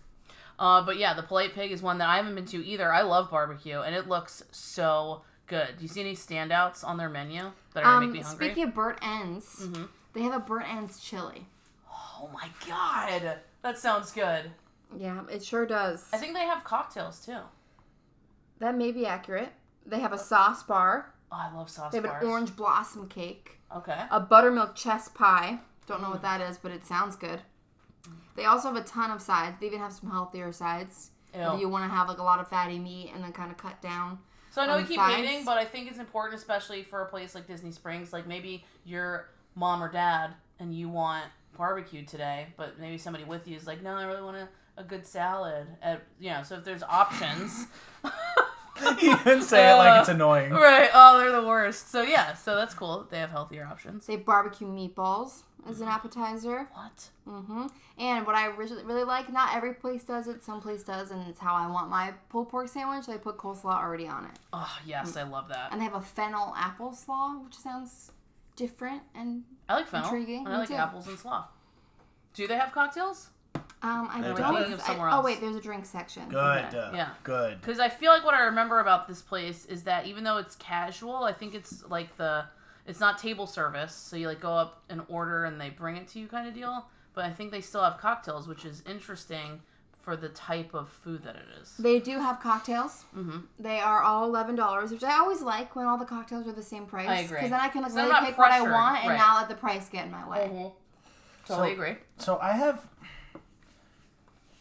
[SPEAKER 4] Uh, but yeah, the polite pig is one that I haven't been to either. I love barbecue, and it looks so good. Do you see any standouts on their menu that are gonna
[SPEAKER 6] Um,
[SPEAKER 4] make me hungry?
[SPEAKER 6] speaking of burnt ends, they have a burnt ends chili.
[SPEAKER 4] oh my god, that sounds good.
[SPEAKER 6] Yeah, it sure does.
[SPEAKER 4] I think they have cocktails too. Oh,
[SPEAKER 6] that may be accurate. They have a sauce bar.
[SPEAKER 4] Oh, I love sauce
[SPEAKER 6] They have
[SPEAKER 4] bars.
[SPEAKER 6] an orange blossom cake,
[SPEAKER 4] Okay.
[SPEAKER 6] a buttermilk chess pie. Don't know what that is, but it sounds good. They also have a ton of sides. They even have some healthier sides. If
[SPEAKER 4] Ew.
[SPEAKER 6] you want to have like a lot of fatty meat and then kind of cut down.
[SPEAKER 4] so I know
[SPEAKER 6] on
[SPEAKER 4] we keep
[SPEAKER 6] sides.
[SPEAKER 4] meeting, but I think it's important, especially for a place like Disney Springs. Like maybe your mom or dad and you want barbecue today, but maybe somebody with you is like, no, I really want a, a good salad. At, you know, so if there's options.
[SPEAKER 5] you didn't say it like it's
[SPEAKER 4] Uh,
[SPEAKER 5] annoying.
[SPEAKER 4] right. Oh, they're the worst. So yeah, so that's cool. that They have healthier options.
[SPEAKER 6] They have barbecue meatballs as
[SPEAKER 4] Mm-hmm.
[SPEAKER 6] an appetizer.
[SPEAKER 4] What?
[SPEAKER 6] hmm And what I really, really like, not every place does it, some place does, and it's how I want my pulled pork sandwich. They put coleslaw already on it.
[SPEAKER 4] Oh yes, I love that.
[SPEAKER 6] And they have a fennel apple slaw, which sounds different. And
[SPEAKER 4] I like fennel.
[SPEAKER 6] Intriguing,
[SPEAKER 4] and I
[SPEAKER 6] me
[SPEAKER 4] like
[SPEAKER 6] too.
[SPEAKER 4] apples and slaw. Do they have cocktails?
[SPEAKER 6] um, I
[SPEAKER 5] They
[SPEAKER 6] don't.
[SPEAKER 5] do. I'm
[SPEAKER 4] thinking of
[SPEAKER 6] I-
[SPEAKER 4] somewhere
[SPEAKER 6] oh
[SPEAKER 4] else.
[SPEAKER 6] wait, there's a drink section.
[SPEAKER 5] Good.
[SPEAKER 4] Okay,
[SPEAKER 5] uh,
[SPEAKER 4] yeah.
[SPEAKER 5] Good.
[SPEAKER 4] Because I feel like what I remember about this place is that even though it's casual, I think it's like the it's not table service, so you like go up and order and they bring it to you kind of deal. But I think they still have cocktails, which is interesting for the type of food that it is.
[SPEAKER 6] They do have cocktails. Mm-hmm. They are all eleven dollars, which I always like when all the cocktails are the same price.
[SPEAKER 4] I agree.
[SPEAKER 6] Because then I can like
[SPEAKER 4] So I'm
[SPEAKER 6] really
[SPEAKER 4] not
[SPEAKER 6] pick what I
[SPEAKER 4] pressured,
[SPEAKER 6] want and
[SPEAKER 4] right.
[SPEAKER 6] not let the price get in my way.
[SPEAKER 4] Totally
[SPEAKER 5] So-
[SPEAKER 4] agree.
[SPEAKER 5] So I have,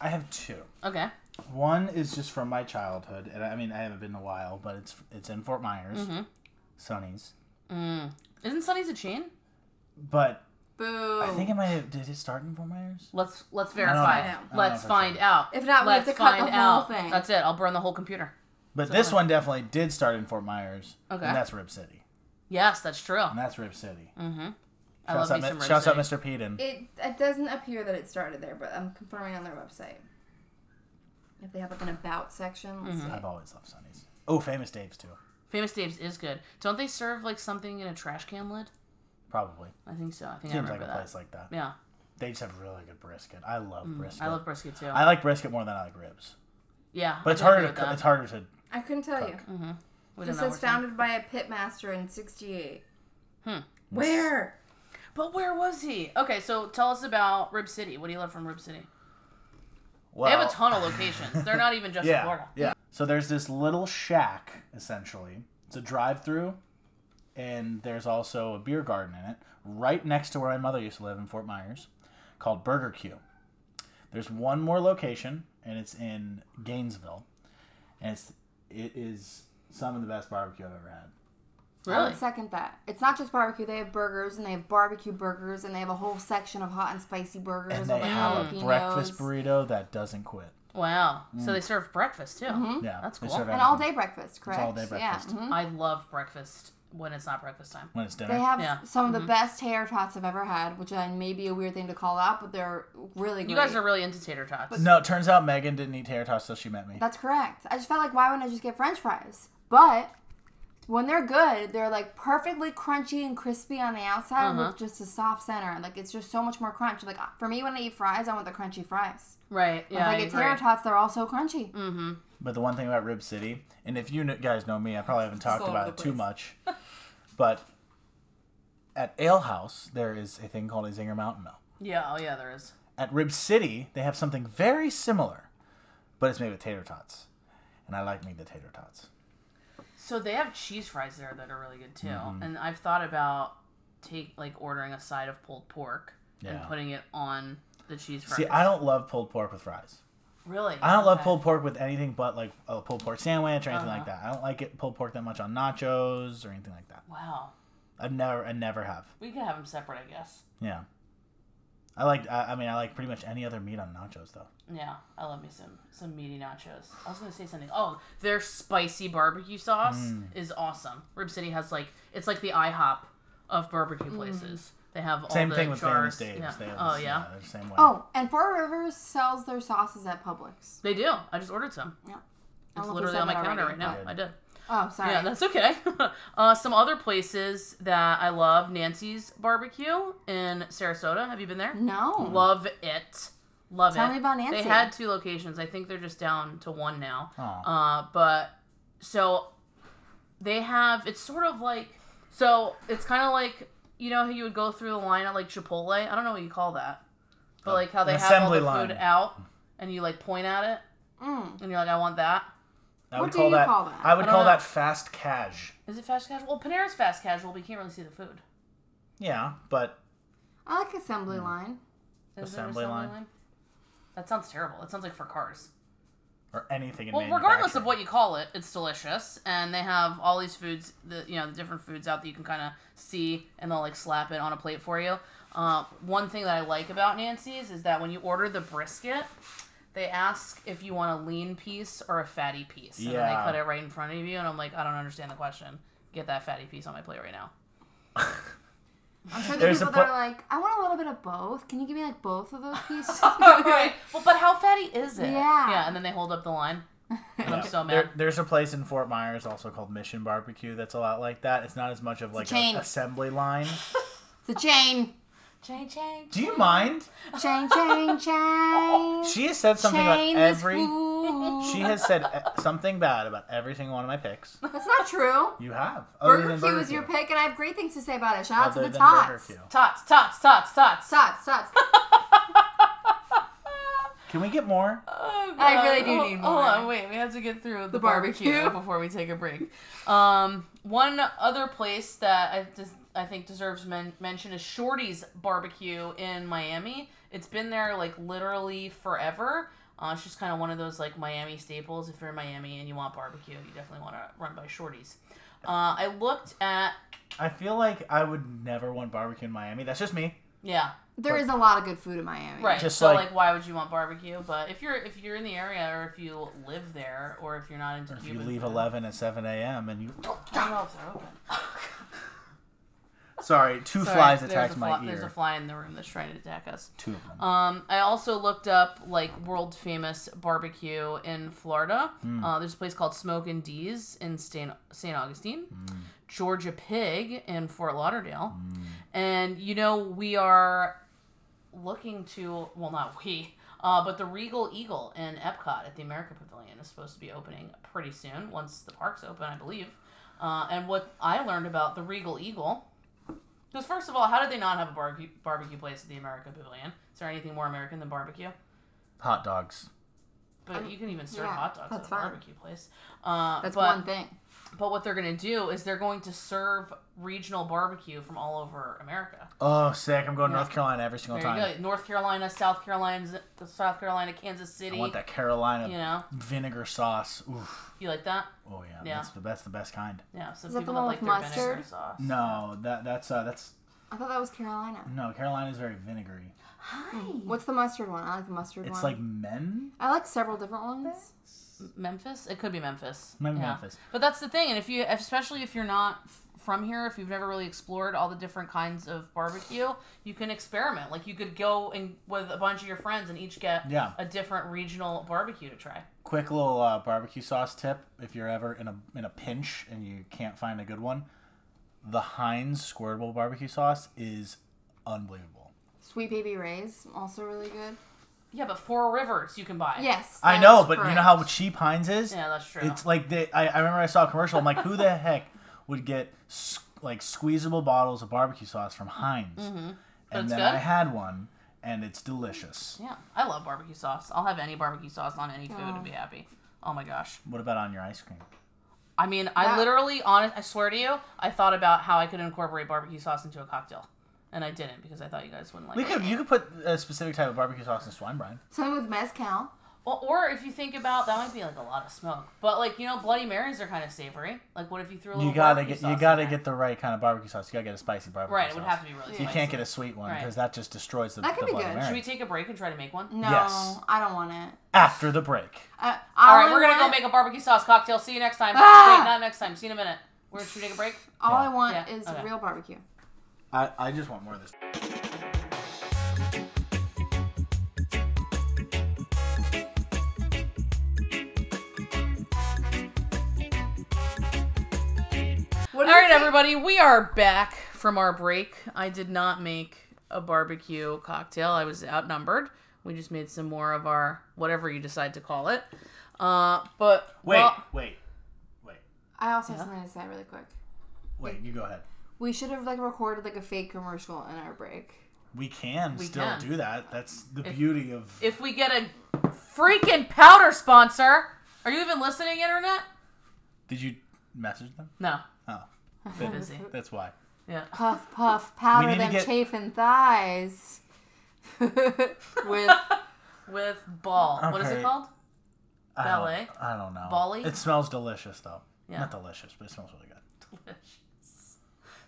[SPEAKER 5] I have two.
[SPEAKER 4] Okay.
[SPEAKER 5] One is just from my childhood, and I mean I haven't been in a while, but it's it's in
[SPEAKER 4] Mm-hmm.
[SPEAKER 5] Fort Myers, Sonny's.
[SPEAKER 4] Isn't Sunny's a chain?
[SPEAKER 5] But
[SPEAKER 6] Boo.
[SPEAKER 4] Mm-hmm. Oh.
[SPEAKER 5] I think it might have. Did it start in Fort Myers?
[SPEAKER 4] Let's let's
[SPEAKER 5] I
[SPEAKER 4] verify.
[SPEAKER 6] don't
[SPEAKER 5] know.
[SPEAKER 4] Let's
[SPEAKER 5] I don't know
[SPEAKER 4] find out.
[SPEAKER 6] If not, we have
[SPEAKER 4] let's
[SPEAKER 6] to cut the
[SPEAKER 4] find
[SPEAKER 6] whole
[SPEAKER 4] out.
[SPEAKER 6] thing.
[SPEAKER 4] That's it. I'll burn the whole computer.
[SPEAKER 5] But this one definitely did start in Fort Myers.
[SPEAKER 4] Okay.
[SPEAKER 5] And that's Rip City.
[SPEAKER 4] Yes, that's true.
[SPEAKER 5] And that's Rip City.
[SPEAKER 4] Mm-hmm. I love
[SPEAKER 5] Shouts out,
[SPEAKER 4] me some
[SPEAKER 5] Mi-
[SPEAKER 4] Rip
[SPEAKER 5] shouts out
[SPEAKER 4] City.
[SPEAKER 5] Mr. Peden.
[SPEAKER 6] It, it doesn't appear that it started there, but I'm confirming on their website. If they have like an about section,
[SPEAKER 4] Mm-hmm.
[SPEAKER 6] let's
[SPEAKER 5] I've always loved Sunny's. Oh, Famous Dave's too.
[SPEAKER 4] Famous Dave's is good. Don't they serve like something in a trash can lid?
[SPEAKER 5] Probably.
[SPEAKER 4] I think so. I think I
[SPEAKER 5] Seems like
[SPEAKER 4] remember
[SPEAKER 5] a
[SPEAKER 4] that.
[SPEAKER 5] place like that.
[SPEAKER 4] yeah,
[SPEAKER 5] They just have really good brisket. I love brisket.
[SPEAKER 4] I love brisket too.
[SPEAKER 5] I like brisket more than I like ribs.
[SPEAKER 4] yeah,
[SPEAKER 5] But it's
[SPEAKER 4] I agree
[SPEAKER 5] harder
[SPEAKER 4] with
[SPEAKER 5] to
[SPEAKER 4] that.
[SPEAKER 5] it's harder to
[SPEAKER 6] I couldn't tell
[SPEAKER 4] Mm-hmm.
[SPEAKER 6] you.
[SPEAKER 4] We don't know
[SPEAKER 6] This was
[SPEAKER 4] where it's from.
[SPEAKER 6] founded by a pitmaster in '68. Hmm. Where?
[SPEAKER 4] But where was he? Okay, so tell us about Rib City. What do you love from Rib City?
[SPEAKER 5] well,
[SPEAKER 4] they have a ton of locations. They're not even just in
[SPEAKER 5] Yeah.
[SPEAKER 4] Florida.
[SPEAKER 5] Yeah. So there's this little shack essentially. It's a drive-through and there's also a beer garden in it right next to where my mother used to live in Fort Myers called Burger Q. There's one more location and it's in Gainesville. And it's it is some of the best barbecue I've ever had.
[SPEAKER 6] I
[SPEAKER 4] Really?
[SPEAKER 6] would second that. It's not just barbecue. They have burgers, and they have barbecue burgers, and they have a whole section of hot and spicy burgers.
[SPEAKER 5] And
[SPEAKER 6] all
[SPEAKER 5] they
[SPEAKER 6] the
[SPEAKER 5] have a
[SPEAKER 6] jalapenos.
[SPEAKER 5] breakfast burrito that doesn't quit.
[SPEAKER 4] Wow.
[SPEAKER 5] Mm.
[SPEAKER 4] So they serve breakfast too.
[SPEAKER 6] Mm-hmm.
[SPEAKER 5] Yeah.
[SPEAKER 4] That's
[SPEAKER 5] they
[SPEAKER 4] cool.
[SPEAKER 5] serve
[SPEAKER 6] and all
[SPEAKER 5] everything
[SPEAKER 6] day breakfast, correct?
[SPEAKER 5] all day breakfast.
[SPEAKER 6] Yeah. mhm.
[SPEAKER 4] Mm-hmm. I love breakfast when it's not breakfast time.
[SPEAKER 5] when it's dinner.
[SPEAKER 6] They have
[SPEAKER 4] Yeah. Mm-hmm.
[SPEAKER 6] some of the best tater tots I've ever had, which I may be a weird thing to call out, but they're really great.
[SPEAKER 4] You guys are really into tater tots.
[SPEAKER 5] No, it turns out Megan didn't eat tater tots till she met me.
[SPEAKER 6] That's correct. I just felt like, why wouldn't I just get French fries? But when they're good, they're like perfectly crunchy and crispy on the outside
[SPEAKER 4] Uh-huh.
[SPEAKER 6] with just a soft center. Like it's just so much more crunch. Like for me, when I eat fries, I want the crunchy fries.
[SPEAKER 4] Right. Yeah.
[SPEAKER 6] if
[SPEAKER 4] I
[SPEAKER 6] I get
[SPEAKER 4] agree. Mm.
[SPEAKER 6] tater tots, they're all so crunchy.
[SPEAKER 5] But the one thing about Rib City, and if you kn- guys know me, I probably haven't talked
[SPEAKER 6] all
[SPEAKER 5] about
[SPEAKER 6] over
[SPEAKER 5] it
[SPEAKER 6] the
[SPEAKER 5] too
[SPEAKER 6] place.
[SPEAKER 5] much. But at Ale House, there is a thing called a Zinger Mountain Melt.
[SPEAKER 4] Yeah. Oh yeah, there is.
[SPEAKER 5] At Rib City, they have something very similar, but it's made with tater tots. And I like me the tater tots.
[SPEAKER 4] So they have cheese fries there that are really good too.
[SPEAKER 5] Mm-hmm.
[SPEAKER 4] And I've thought about take like ordering a side of pulled pork and
[SPEAKER 5] Yeah.
[SPEAKER 4] putting it on the cheese fries.
[SPEAKER 5] See, I don't love pulled pork with fries.
[SPEAKER 4] really.
[SPEAKER 5] I don't love
[SPEAKER 4] Okay.
[SPEAKER 5] pulled pork with anything but like a pulled pork sandwich or anything like
[SPEAKER 6] Uh-huh.
[SPEAKER 5] that. I don't like it pulled pork that much on nachos or anything like that.
[SPEAKER 4] Wow.
[SPEAKER 5] I've never, I never have.
[SPEAKER 4] We could have them separate, I guess.
[SPEAKER 5] Yeah. I like. I, I mean, I like pretty much any other meat on nachos though.
[SPEAKER 4] Yeah, I love me some some meaty nachos. I was gonna say something. Oh, their spicy barbecue sauce
[SPEAKER 5] Mm.
[SPEAKER 4] is awesome. Rib City has like it's like the IHOP of barbecue
[SPEAKER 6] Mm.
[SPEAKER 4] places. They have all
[SPEAKER 5] Same
[SPEAKER 4] the
[SPEAKER 5] thing with
[SPEAKER 4] jars.
[SPEAKER 5] Famous Dave's.
[SPEAKER 4] Yeah.
[SPEAKER 5] They have
[SPEAKER 4] oh
[SPEAKER 5] this- uh,
[SPEAKER 4] yeah,
[SPEAKER 5] they're the same way.
[SPEAKER 6] Oh, and Four Rivers sells their sauces at Publix.
[SPEAKER 4] they do. I just ordered some.
[SPEAKER 6] Yeah. I
[SPEAKER 4] It's
[SPEAKER 6] don't know if we
[SPEAKER 4] literally
[SPEAKER 6] said
[SPEAKER 4] on my
[SPEAKER 6] that
[SPEAKER 4] counter
[SPEAKER 6] already,
[SPEAKER 4] right now.
[SPEAKER 5] but-
[SPEAKER 4] I did.
[SPEAKER 6] but- Oh, sorry.
[SPEAKER 4] Yeah, that's okay. uh, some other places that I love: Nancy's Barbecue in Sarasota. Have you been there?
[SPEAKER 6] no.
[SPEAKER 4] Love it. Love
[SPEAKER 6] Tell
[SPEAKER 4] it.
[SPEAKER 6] me about Nancy.
[SPEAKER 4] They had two locations. I think they're just down to one now.
[SPEAKER 5] Aw.
[SPEAKER 4] Uh, but so they have it's sort of like so it's kind of like you know how you would go through the line at like Chipotle. I don't know what you call that, but like how
[SPEAKER 5] Uh, an
[SPEAKER 4] they have all
[SPEAKER 5] assembly
[SPEAKER 4] the
[SPEAKER 5] line.
[SPEAKER 4] food out and you like point at it
[SPEAKER 6] Mm.
[SPEAKER 4] and you're like, I want that.
[SPEAKER 5] I
[SPEAKER 6] What
[SPEAKER 5] would
[SPEAKER 6] do
[SPEAKER 5] call
[SPEAKER 6] you
[SPEAKER 5] that,
[SPEAKER 6] call that?
[SPEAKER 5] I would
[SPEAKER 4] I don't
[SPEAKER 5] call
[SPEAKER 4] know.
[SPEAKER 5] that fast cash.
[SPEAKER 4] Is it fast casual? Well, Panera's fast casual, but you can't really see the food.
[SPEAKER 5] Yeah, but
[SPEAKER 6] I like assembly line.
[SPEAKER 4] Is there an
[SPEAKER 5] Assembly line.
[SPEAKER 4] That sounds terrible. It sounds like for cars.
[SPEAKER 5] or anything in
[SPEAKER 4] Well, regardless of what you call it, it's delicious, and they have all these foods, the you know, the different foods out that you can kind of see, and they'll like slap it on a plate for you. Uh, one thing that I like about Nancy's is that when you order the brisket, they ask if you want a lean piece or a fatty piece, and then they
[SPEAKER 5] Yeah.
[SPEAKER 4] cut it right in front of you, and I'm like, I don't understand the question. Get that fatty piece on my plate right now.
[SPEAKER 6] I'm sure there's
[SPEAKER 5] There's a
[SPEAKER 6] people that
[SPEAKER 5] pla-
[SPEAKER 6] are like, I want a little bit of both. Can you give me like both of those pieces?
[SPEAKER 4] right. Well, but how fatty is it?
[SPEAKER 6] Yeah.
[SPEAKER 4] Yeah, and then they hold up the line, and I'm so mad.
[SPEAKER 5] There, there's a place in Fort Myers also called Mission Barbecue that's a lot like that. It's not as much of like
[SPEAKER 6] chain.
[SPEAKER 5] an assembly line.
[SPEAKER 6] the chain.
[SPEAKER 4] Chang chang.
[SPEAKER 5] Do you mind?
[SPEAKER 6] Chain, chain, chain.
[SPEAKER 5] She has said something
[SPEAKER 6] Chain
[SPEAKER 5] about
[SPEAKER 6] this
[SPEAKER 5] every.
[SPEAKER 6] fool.
[SPEAKER 5] She has said uh, something bad about every single one of my picks.
[SPEAKER 6] That's not true.
[SPEAKER 5] You have. Other
[SPEAKER 6] Burger
[SPEAKER 5] than
[SPEAKER 6] Q is your
[SPEAKER 5] Oh, Q.
[SPEAKER 6] pick, and I have great things to say about it. Shout out
[SPEAKER 5] Other
[SPEAKER 6] to the
[SPEAKER 5] than
[SPEAKER 6] tots.
[SPEAKER 5] Burger Q.
[SPEAKER 4] Tots, tots, tots, tots.
[SPEAKER 6] Tots, tots.
[SPEAKER 5] Can we get more?
[SPEAKER 6] I really do
[SPEAKER 4] hold,
[SPEAKER 6] need
[SPEAKER 4] Hold
[SPEAKER 6] more.
[SPEAKER 4] on, wait. We have to get through the, barbecue.
[SPEAKER 6] barbecue.
[SPEAKER 4] before we take a break. Um, one other place that I just I think deserves men- mention is Shorty's Barbecue in Miami. It's been there like literally forever. Uh, it's just kind of one of those like Miami staples. If you're in Miami and you want barbecue, you definitely want to run by Shorty's. Uh, I looked at
[SPEAKER 5] I feel like I would never want barbecue in Miami. That's just me.
[SPEAKER 4] Yeah.
[SPEAKER 6] There is a lot of good food in Miami.
[SPEAKER 4] Right.
[SPEAKER 5] Just
[SPEAKER 4] so like,
[SPEAKER 5] like-
[SPEAKER 4] why would you want barbecue? But if you're if you're in the area or if you live there or if you're not into
[SPEAKER 5] If you
[SPEAKER 4] Cuban
[SPEAKER 5] leave
[SPEAKER 4] food-
[SPEAKER 5] 11 at 7 a.m. and you.
[SPEAKER 4] I don't know if they're open.
[SPEAKER 5] Sorry, two
[SPEAKER 4] Sorry,
[SPEAKER 5] flies
[SPEAKER 4] there's
[SPEAKER 5] attacked
[SPEAKER 4] a
[SPEAKER 5] my
[SPEAKER 4] fly-
[SPEAKER 5] ear.
[SPEAKER 4] There's a fly in the room that's trying to attack us.
[SPEAKER 5] two of them.
[SPEAKER 4] Um, I also looked up like world famous barbecue in Florida.
[SPEAKER 5] Hmm.
[SPEAKER 4] Uh, there's a place called Smoke and D's in St. St. Augustine,
[SPEAKER 5] Hmm.
[SPEAKER 4] Georgia Pig in Fort Lauderdale, and you know we are looking to well not we. Uh, but the Regal Eagle in Epcot at the America Pavilion is supposed to be opening pretty soon, once the park's open, I believe. Uh, and what I learned about the Regal Eagle because first of all, how did they not have a barbecue barbecue place at the America Pavilion? Is there anything more American than barbecue?
[SPEAKER 5] Hot dogs.
[SPEAKER 4] But you can even serve
[SPEAKER 6] Um, yeah,
[SPEAKER 4] hot dogs at a
[SPEAKER 6] that's fine.
[SPEAKER 4] barbecue place. Uh,
[SPEAKER 6] That's
[SPEAKER 4] but,
[SPEAKER 6] one thing.
[SPEAKER 4] But what they're going to do is they're going to serve regional barbecue from all over America.
[SPEAKER 5] Oh, sick. I'm going to North Carolina every single
[SPEAKER 4] There
[SPEAKER 5] time.
[SPEAKER 4] you go. North Carolina, South Carolina, South Carolina, Kansas City.
[SPEAKER 5] I want that Carolina
[SPEAKER 4] You know,
[SPEAKER 5] vinegar sauce. Oof.
[SPEAKER 4] you like that?
[SPEAKER 5] Oh yeah,
[SPEAKER 4] Yeah.
[SPEAKER 5] that's the best. The best kind.
[SPEAKER 4] Yeah. So
[SPEAKER 6] that the
[SPEAKER 4] people
[SPEAKER 6] one
[SPEAKER 4] like
[SPEAKER 6] with
[SPEAKER 4] their vinegar
[SPEAKER 6] mustard?
[SPEAKER 4] sauce.
[SPEAKER 5] No, that that's uh, that's
[SPEAKER 6] I thought that was Carolina.
[SPEAKER 5] no. Carolina's very vinegary.
[SPEAKER 6] What's the mustard one? I like the mustard
[SPEAKER 5] It's
[SPEAKER 6] one.
[SPEAKER 5] like men.
[SPEAKER 6] I like several different ones.
[SPEAKER 4] Memphis? It could be Memphis.
[SPEAKER 5] Maybe Memphis.
[SPEAKER 4] But that's the thing, and if you, especially if you're not f- from here, if you've never really explored all the different kinds of barbecue, you can experiment. Like you could go and with a bunch of your friends and each get
[SPEAKER 5] Yeah.
[SPEAKER 4] a different regional barbecue to try.
[SPEAKER 5] Quick little uh, barbecue sauce tip: if you're ever in a in a pinch and you can't find a good one, the Heinz Squirtable barbecue sauce is unbelievable.
[SPEAKER 6] Sweet Baby Ray's also really good.
[SPEAKER 4] Yeah, but Four Rivers you can buy.
[SPEAKER 6] Yes.
[SPEAKER 5] I
[SPEAKER 6] that
[SPEAKER 5] know,
[SPEAKER 6] is
[SPEAKER 5] but you
[SPEAKER 6] correct.
[SPEAKER 5] know how cheap Heinz is.
[SPEAKER 4] Yeah, that's true.
[SPEAKER 5] It's like they. I, I remember I saw a commercial. I'm like, who the heck would get s- like squeezable bottles of barbecue sauce from Heinz? And
[SPEAKER 4] it's
[SPEAKER 5] then
[SPEAKER 4] Mm-hmm. good?
[SPEAKER 5] I had one, and it's delicious.
[SPEAKER 4] yeah, I love barbecue sauce. I'll have any barbecue sauce on any food and be happy. Oh my gosh.
[SPEAKER 5] What about on your ice cream?
[SPEAKER 4] I mean, I
[SPEAKER 6] That-
[SPEAKER 4] literally, honest, I swear to you, I thought about how I could incorporate barbecue sauce into a cocktail. And I didn't because I thought you guys wouldn't like
[SPEAKER 5] We
[SPEAKER 4] it.
[SPEAKER 5] could you could put a specific type of barbecue sauce in swine brine.
[SPEAKER 6] Something with mezcal.
[SPEAKER 4] Well, or if you think about that, might be like a lot of smoke. But like you know, Bloody Marys are kind of savory. Like, what if you threw a little
[SPEAKER 5] You gotta
[SPEAKER 4] barbecue
[SPEAKER 5] get
[SPEAKER 4] sauce
[SPEAKER 5] you
[SPEAKER 4] in
[SPEAKER 5] gotta
[SPEAKER 4] there?
[SPEAKER 5] get the right kind of barbecue sauce. You gotta get a spicy barbecue
[SPEAKER 4] right. It
[SPEAKER 5] sauce.
[SPEAKER 4] would have to be really.
[SPEAKER 5] You
[SPEAKER 4] spicy.
[SPEAKER 5] can't get a sweet one
[SPEAKER 4] Right.
[SPEAKER 5] because that just destroys the,
[SPEAKER 6] That could
[SPEAKER 5] the
[SPEAKER 6] be
[SPEAKER 5] Bloody
[SPEAKER 6] good.
[SPEAKER 5] Mary.
[SPEAKER 4] Should we take a break and try to make one?
[SPEAKER 6] No,
[SPEAKER 5] Yes.
[SPEAKER 6] I don't want it.
[SPEAKER 5] After the break.
[SPEAKER 6] I,
[SPEAKER 4] All
[SPEAKER 6] I
[SPEAKER 4] right, we're gonna go
[SPEAKER 6] want-
[SPEAKER 4] make a barbecue sauce cocktail. See you next time.
[SPEAKER 6] Ah!
[SPEAKER 4] Wait, not next time. See you in a minute. We're should we take a break?
[SPEAKER 6] All I
[SPEAKER 5] Yeah.
[SPEAKER 6] want
[SPEAKER 4] Yeah,
[SPEAKER 6] is
[SPEAKER 4] okay.
[SPEAKER 6] real barbecue.
[SPEAKER 5] I, I just want more of this.
[SPEAKER 6] What do
[SPEAKER 4] All
[SPEAKER 6] you
[SPEAKER 4] right,
[SPEAKER 6] think?
[SPEAKER 4] everybody, we are back from our break. I did not make a barbecue cocktail. I was outnumbered. We just made some more of our whatever you decide to call it. Uh, but
[SPEAKER 5] Wait,
[SPEAKER 4] well-
[SPEAKER 5] wait, wait,
[SPEAKER 6] I also have something to say really quick.
[SPEAKER 5] wait. You go ahead.
[SPEAKER 6] We should have like recorded like a fake commercial in our break.
[SPEAKER 5] We can still
[SPEAKER 4] can.
[SPEAKER 5] do that. That's the beauty of
[SPEAKER 4] if we get a freaking powder sponsor. Are you even listening, internet?
[SPEAKER 5] Did you message them?
[SPEAKER 4] No.
[SPEAKER 5] Oh.
[SPEAKER 4] busy.
[SPEAKER 5] That's why.
[SPEAKER 4] Yeah.
[SPEAKER 6] Puff puff, powder
[SPEAKER 5] need to
[SPEAKER 6] them
[SPEAKER 5] get-
[SPEAKER 6] chafing thighs. With
[SPEAKER 4] With ball. What is it
[SPEAKER 5] Okay.
[SPEAKER 4] called?
[SPEAKER 5] I don't-
[SPEAKER 4] Ballet?
[SPEAKER 5] I don't know.
[SPEAKER 4] Bali?
[SPEAKER 5] It smells delicious though.
[SPEAKER 4] Yeah.
[SPEAKER 5] Not delicious, but it smells really good.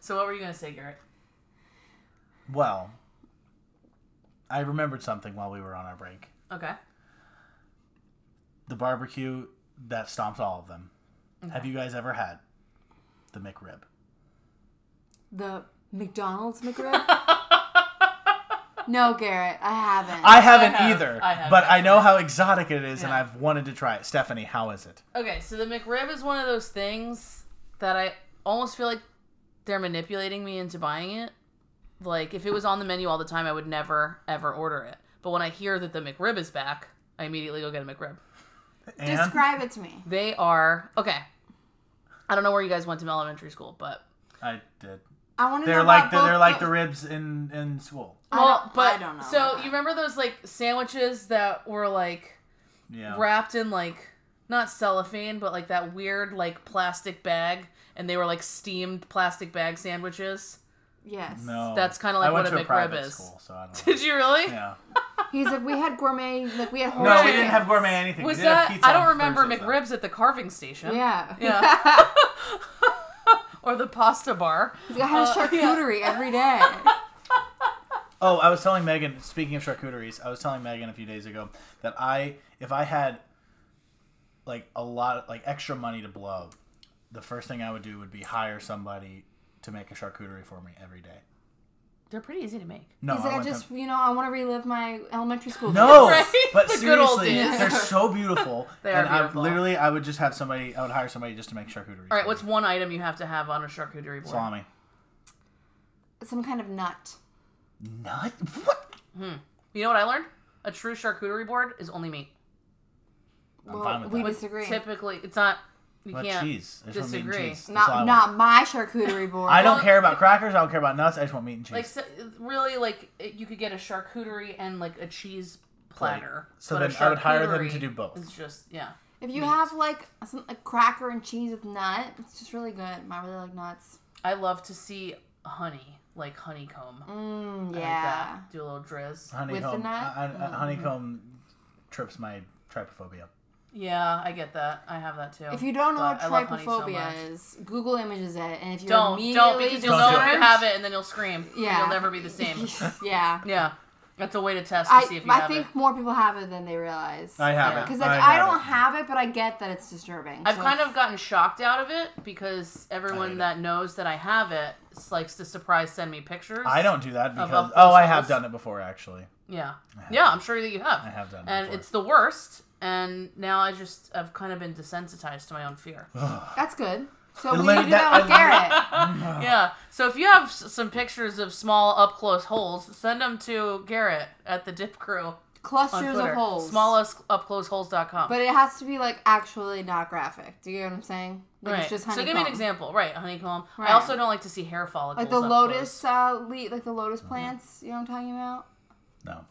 [SPEAKER 4] So what were you gonna say, Garrett?
[SPEAKER 5] Well, I remembered something while we were on our break.
[SPEAKER 4] Okay.
[SPEAKER 5] The barbecue that stomps all of them. Have you guys ever had the McRib?
[SPEAKER 6] the McDonald's McRib. no, Garrett, I haven't.
[SPEAKER 5] I haven't
[SPEAKER 4] have-
[SPEAKER 5] either,
[SPEAKER 4] I have
[SPEAKER 5] but I
[SPEAKER 4] actually.
[SPEAKER 5] know how exotic it is, and
[SPEAKER 4] Yeah.
[SPEAKER 5] I've wanted to try it. Stephanie, how is it?
[SPEAKER 4] Okay, so the McRib is one of those things that I almost feel like they're manipulating me into buying it. Like if it was on the menu all the time, I would never ever order it. But when I hear that the McRib is back, I immediately go get a McRib.
[SPEAKER 5] And
[SPEAKER 6] Describe it to me.
[SPEAKER 4] They are okay. I don't know where you guys went to elementary school, but
[SPEAKER 5] I did.
[SPEAKER 6] I want to know
[SPEAKER 5] They're like
[SPEAKER 6] about
[SPEAKER 5] the,
[SPEAKER 6] both
[SPEAKER 5] they're like
[SPEAKER 6] the-
[SPEAKER 5] the ribs in in school.
[SPEAKER 6] I
[SPEAKER 4] Well,
[SPEAKER 6] don't-
[SPEAKER 4] but
[SPEAKER 6] I don't know about
[SPEAKER 4] So
[SPEAKER 6] that.
[SPEAKER 4] you remember those like sandwiches that were like
[SPEAKER 5] Yeah.
[SPEAKER 4] wrapped in like not cellophane, but like that weird like plastic bag, and they were like steamed plastic bag sandwiches.
[SPEAKER 6] Yes.
[SPEAKER 5] No.
[SPEAKER 4] That's kinda like
[SPEAKER 5] I went
[SPEAKER 4] what a
[SPEAKER 5] to
[SPEAKER 4] McRib
[SPEAKER 5] private
[SPEAKER 4] is.
[SPEAKER 5] School, so I don't.
[SPEAKER 4] Did you really?
[SPEAKER 5] yeah.
[SPEAKER 6] He's like, we had gourmet, like we had whole
[SPEAKER 5] No, we
[SPEAKER 4] Right.
[SPEAKER 5] didn't have gourmet anything.
[SPEAKER 4] Was
[SPEAKER 5] we did have
[SPEAKER 4] that?
[SPEAKER 5] pizza
[SPEAKER 4] I don't
[SPEAKER 5] on
[SPEAKER 4] remember
[SPEAKER 5] Thursdays, though.
[SPEAKER 4] McRibs at the carving station.
[SPEAKER 6] Yeah.
[SPEAKER 4] Yeah. or the pasta bar.
[SPEAKER 6] I had a
[SPEAKER 4] Uh, yeah.
[SPEAKER 6] charcuterie every day.
[SPEAKER 5] Oh, I was telling Megan. Speaking of charcuteries, I was telling Megan a few days ago that I, if I had, like a lot, like extra money to blow, the first thing I would do would be hire somebody to make a charcuterie for me every day.
[SPEAKER 4] They're pretty easy to make.
[SPEAKER 5] No,
[SPEAKER 6] He's like, I
[SPEAKER 5] want them-
[SPEAKER 6] just, you know, I want to relive my elementary school.
[SPEAKER 5] No,
[SPEAKER 4] Right?
[SPEAKER 5] but
[SPEAKER 4] The good old
[SPEAKER 5] seriously,
[SPEAKER 4] days.
[SPEAKER 5] they're so beautiful.
[SPEAKER 4] They are
[SPEAKER 5] and
[SPEAKER 4] beautiful.
[SPEAKER 5] I literally, I would just have somebody. I would hire somebody just to make charcuterie.
[SPEAKER 4] All right, what's one item you have to have on a charcuterie board?
[SPEAKER 5] salami?
[SPEAKER 6] days. Some kind of nut.
[SPEAKER 5] Nut? What?
[SPEAKER 4] You know what I learned? A true charcuterie board is only meat.
[SPEAKER 6] well,
[SPEAKER 5] fine with
[SPEAKER 6] we
[SPEAKER 5] that.
[SPEAKER 6] disagree.
[SPEAKER 4] Typically, it's not. You
[SPEAKER 5] But
[SPEAKER 4] can't
[SPEAKER 5] cheese. I just want meat and
[SPEAKER 4] disagree.
[SPEAKER 5] cheese. That's all I
[SPEAKER 6] Not,
[SPEAKER 5] want.
[SPEAKER 6] not my charcuterie board.
[SPEAKER 5] I don't
[SPEAKER 4] Well-
[SPEAKER 5] care about crackers. I don't care about nuts. I just want meat and cheese.
[SPEAKER 4] Like so, really, like it- you could get a charcuterie and like a cheese platter.
[SPEAKER 5] So
[SPEAKER 4] but a
[SPEAKER 5] then I would hire them
[SPEAKER 4] charcuterie
[SPEAKER 5] to do both.
[SPEAKER 4] It's just yeah.
[SPEAKER 6] If you have like some like cracker and cheese with nut, it's just really good. I really like nuts.
[SPEAKER 4] I love to see honey, like honeycomb.
[SPEAKER 6] Mm,
[SPEAKER 4] I like
[SPEAKER 6] yeah.
[SPEAKER 4] that. Do a little drizz.
[SPEAKER 5] honeycomb.
[SPEAKER 6] the nut?
[SPEAKER 5] I- I-
[SPEAKER 4] Mm-hmm.
[SPEAKER 5] I- honeycomb trips my trypophobia.
[SPEAKER 4] Yeah, I get that. I have that too.
[SPEAKER 6] If you don't know
[SPEAKER 4] But
[SPEAKER 6] what
[SPEAKER 4] I love honey so
[SPEAKER 6] trypophobia
[SPEAKER 4] much.
[SPEAKER 6] is, Google images it, and if you
[SPEAKER 4] don't don't
[SPEAKER 6] immediately
[SPEAKER 4] because you'll
[SPEAKER 5] Don't
[SPEAKER 4] know
[SPEAKER 5] do
[SPEAKER 4] if
[SPEAKER 5] it.
[SPEAKER 4] you have it and then you'll scream. and
[SPEAKER 6] Yeah.
[SPEAKER 4] you'll never be the same.
[SPEAKER 6] yeah.
[SPEAKER 4] yeah, that's a way to test to see
[SPEAKER 6] I,
[SPEAKER 4] if you
[SPEAKER 6] I
[SPEAKER 4] have
[SPEAKER 6] think
[SPEAKER 4] it.
[SPEAKER 6] more people have it than they realize.
[SPEAKER 5] I have
[SPEAKER 4] Yeah.
[SPEAKER 5] it.
[SPEAKER 6] Because like
[SPEAKER 5] I,
[SPEAKER 6] I,
[SPEAKER 5] have
[SPEAKER 6] don't
[SPEAKER 5] it.
[SPEAKER 6] have it, but I get that it's disturbing.
[SPEAKER 4] I've
[SPEAKER 6] so-
[SPEAKER 4] kind of gotten shocked out of it because
[SPEAKER 5] hate
[SPEAKER 4] everyone
[SPEAKER 5] it.
[SPEAKER 4] that knows that I have it s- likes to surprise send me pictures.
[SPEAKER 5] I don't do that
[SPEAKER 4] Of
[SPEAKER 5] because
[SPEAKER 4] up
[SPEAKER 5] oh, I
[SPEAKER 4] close
[SPEAKER 5] have
[SPEAKER 4] close.
[SPEAKER 5] done it before actually.
[SPEAKER 4] Yeah, yeah, I'm sure that you have.
[SPEAKER 5] I have done it
[SPEAKER 4] and
[SPEAKER 5] before.
[SPEAKER 4] it's the worst. And now I just I've kind of been desensitized to my own fear.
[SPEAKER 6] That's good. So
[SPEAKER 5] The
[SPEAKER 6] we
[SPEAKER 5] lady
[SPEAKER 6] do
[SPEAKER 5] that-
[SPEAKER 6] that with
[SPEAKER 5] I-
[SPEAKER 6] Garrett.
[SPEAKER 4] Yeah. So if you have s- some pictures of small up close holes, send them to Garrett at the Dip Crew on
[SPEAKER 6] Clusters
[SPEAKER 4] Twitter.
[SPEAKER 6] of holes.
[SPEAKER 4] Smallest up close holes.com.
[SPEAKER 6] But it has to be like actually not graphic. Do you get what I'm saying? Like
[SPEAKER 4] right.
[SPEAKER 6] it's just
[SPEAKER 4] so
[SPEAKER 6] honeycomb.
[SPEAKER 4] give me an example. Right, a honeycomb. I
[SPEAKER 6] Right.
[SPEAKER 4] also don't like to see hair follicles.
[SPEAKER 6] Like the
[SPEAKER 4] up
[SPEAKER 6] lotus, uh, le- like the lotus
[SPEAKER 5] Uh-huh.
[SPEAKER 6] plants. You know what I'm talking about?
[SPEAKER 5] No.
[SPEAKER 4] close.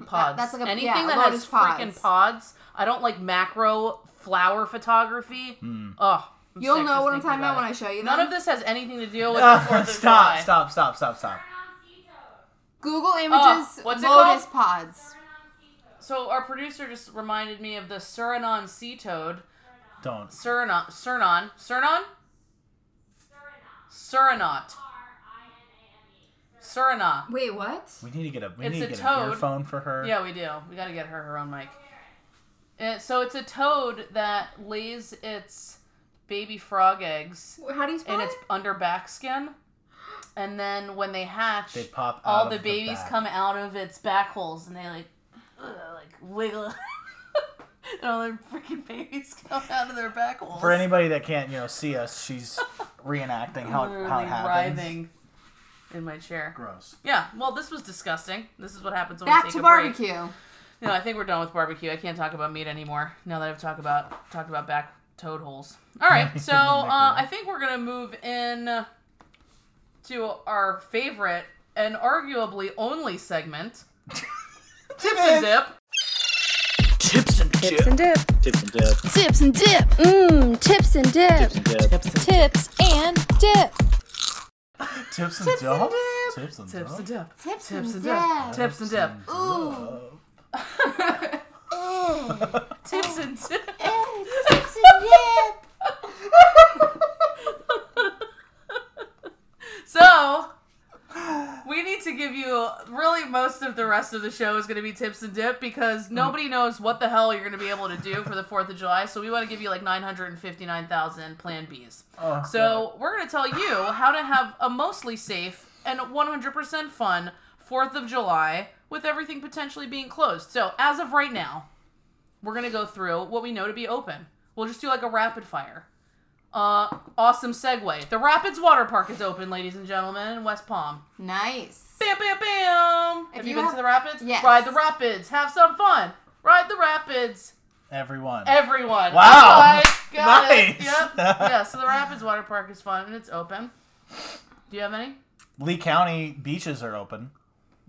[SPEAKER 4] like pods.
[SPEAKER 6] that's like a-
[SPEAKER 4] anything
[SPEAKER 6] yeah,
[SPEAKER 4] that
[SPEAKER 6] lotus
[SPEAKER 4] has freaking
[SPEAKER 6] pods.
[SPEAKER 4] pods. I don't like macro flower photography.
[SPEAKER 5] Hmm.
[SPEAKER 4] Oh, I'm
[SPEAKER 6] You'll
[SPEAKER 4] sick
[SPEAKER 6] know
[SPEAKER 4] just
[SPEAKER 6] what I'm
[SPEAKER 4] thinking
[SPEAKER 6] talking about when I
[SPEAKER 4] it.
[SPEAKER 6] show you.
[SPEAKER 4] None
[SPEAKER 6] them.
[SPEAKER 4] of this has anything to do with the Fourth
[SPEAKER 5] Ah, Stop!
[SPEAKER 4] of July.
[SPEAKER 5] Stop! Stop! Stop! Stop!
[SPEAKER 6] Google
[SPEAKER 4] Oh,
[SPEAKER 6] images
[SPEAKER 4] what's it
[SPEAKER 6] lotus pods.
[SPEAKER 4] So our producer just reminded me of the Surinon sea toad.
[SPEAKER 5] Don't.
[SPEAKER 4] Surinon, Surinon, Surinon, Surinaut, Surina.
[SPEAKER 6] Wait, what?
[SPEAKER 5] We need to get a we
[SPEAKER 4] It's
[SPEAKER 5] need
[SPEAKER 4] a
[SPEAKER 5] to get
[SPEAKER 4] toad.
[SPEAKER 5] a earphone for her.
[SPEAKER 4] Yeah, we do. We got to get her her own mic. Uh, so it's a toad that lays its baby frog eggs
[SPEAKER 6] How do you spell
[SPEAKER 4] in its under back skin, and then when they hatch,
[SPEAKER 5] They pop out
[SPEAKER 4] all
[SPEAKER 5] of
[SPEAKER 4] the
[SPEAKER 5] the
[SPEAKER 4] babies
[SPEAKER 5] back.
[SPEAKER 4] come out of its back holes, and they like, ugh, like wiggle. And all their freaking babies come out of their back holes.
[SPEAKER 5] For anybody that can't, you know, see us, she's reenacting how,
[SPEAKER 4] literally
[SPEAKER 5] how it happens.
[SPEAKER 4] writhing in my chair.
[SPEAKER 5] Gross.
[SPEAKER 4] Yeah, well, this was disgusting. This is what happens when we
[SPEAKER 6] Back
[SPEAKER 4] take
[SPEAKER 6] to
[SPEAKER 4] a break.
[SPEAKER 6] barbecue.
[SPEAKER 4] No, I think we're done with barbecue. I can't talk about meat anymore now that I've talked about talked about back toad holes. All right, so uh, I think we're gonna move in to our favorite and arguably only segment, tips and dip.
[SPEAKER 7] Tips and dip. Mmm, tips and dip. Tips and dip. Tips and dip.
[SPEAKER 5] Tips and dip. Tips and
[SPEAKER 4] Tips and
[SPEAKER 5] dip.
[SPEAKER 4] dip.
[SPEAKER 6] Tips
[SPEAKER 4] Tips and
[SPEAKER 6] and
[SPEAKER 4] dip.
[SPEAKER 6] dip.
[SPEAKER 4] Tips and dip.
[SPEAKER 6] Ooh.
[SPEAKER 4] Tips and dip.
[SPEAKER 6] Tips and dip.
[SPEAKER 4] So we need to give you really most of the rest of the show is going to be tips and dip because nobody knows what the hell you're going to be able to do for the 4th of July. So we want to give you like 959,000 plan Bs.
[SPEAKER 5] Oh,
[SPEAKER 4] so we're going to tell you how to have a mostly safe and 100% fun 4th of July with everything potentially being closed. So as of right now, we're going to go through what we know to be open. We'll just do like a rapid fire. Uh, awesome segue. The Rapids Water Park is open, ladies and gentlemen, in West Palm.
[SPEAKER 6] Nice.
[SPEAKER 4] Bam, bam, bam! Have you,
[SPEAKER 6] you
[SPEAKER 4] been
[SPEAKER 6] have-
[SPEAKER 4] to the Rapids?
[SPEAKER 6] Yes.
[SPEAKER 4] Ride the Rapids. Have some fun. Ride the Rapids.
[SPEAKER 5] Everyone.
[SPEAKER 4] Everyone.
[SPEAKER 5] Wow.
[SPEAKER 4] That's right. Got it.
[SPEAKER 5] Nice.
[SPEAKER 4] Yep. yeah. So the Rapids Water Park is fun and it's open. Do you have any?
[SPEAKER 5] Lee County beaches are open.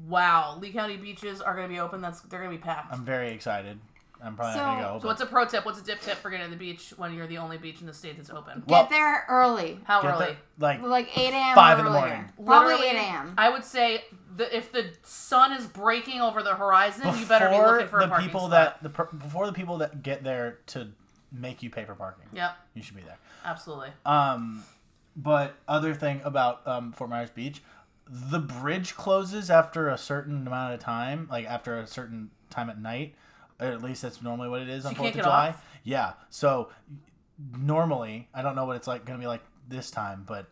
[SPEAKER 4] Wow. Lee County beaches are going to be open. That's they're going to be packed.
[SPEAKER 5] I'm very excited. I'm probably not
[SPEAKER 6] So-
[SPEAKER 5] gonna go.
[SPEAKER 4] so what's a pro tip? What's a dip tip for getting to the beach when you're the only beach in the state that's open?
[SPEAKER 5] Well-
[SPEAKER 6] Get there early.
[SPEAKER 4] How
[SPEAKER 5] Get
[SPEAKER 4] early?
[SPEAKER 5] the- like
[SPEAKER 6] Like 8 a.m.
[SPEAKER 5] Five
[SPEAKER 6] or
[SPEAKER 5] in the
[SPEAKER 6] earlier.
[SPEAKER 5] morning.
[SPEAKER 6] Probably
[SPEAKER 4] Literally,
[SPEAKER 6] 8 a.m.
[SPEAKER 4] I would say the, if the sun is breaking over the horizon, you better be
[SPEAKER 5] before
[SPEAKER 4] looking for
[SPEAKER 5] the
[SPEAKER 4] a parking
[SPEAKER 5] people
[SPEAKER 4] spot.
[SPEAKER 5] that the per- before the people that get there to make you pay for parking.
[SPEAKER 4] Yep,
[SPEAKER 5] You should be there.
[SPEAKER 4] absolutely.
[SPEAKER 5] Um, but other thing about um, Fort Myers Beach, the bridge closes after a certain amount of time, like after a certain time at night. Or at least that's normally what it is on
[SPEAKER 4] you
[SPEAKER 5] Fourth
[SPEAKER 4] can't
[SPEAKER 5] of
[SPEAKER 4] get
[SPEAKER 5] July.
[SPEAKER 4] off?
[SPEAKER 5] Yeah. So normally, I don't know what it's like going to be like this time, but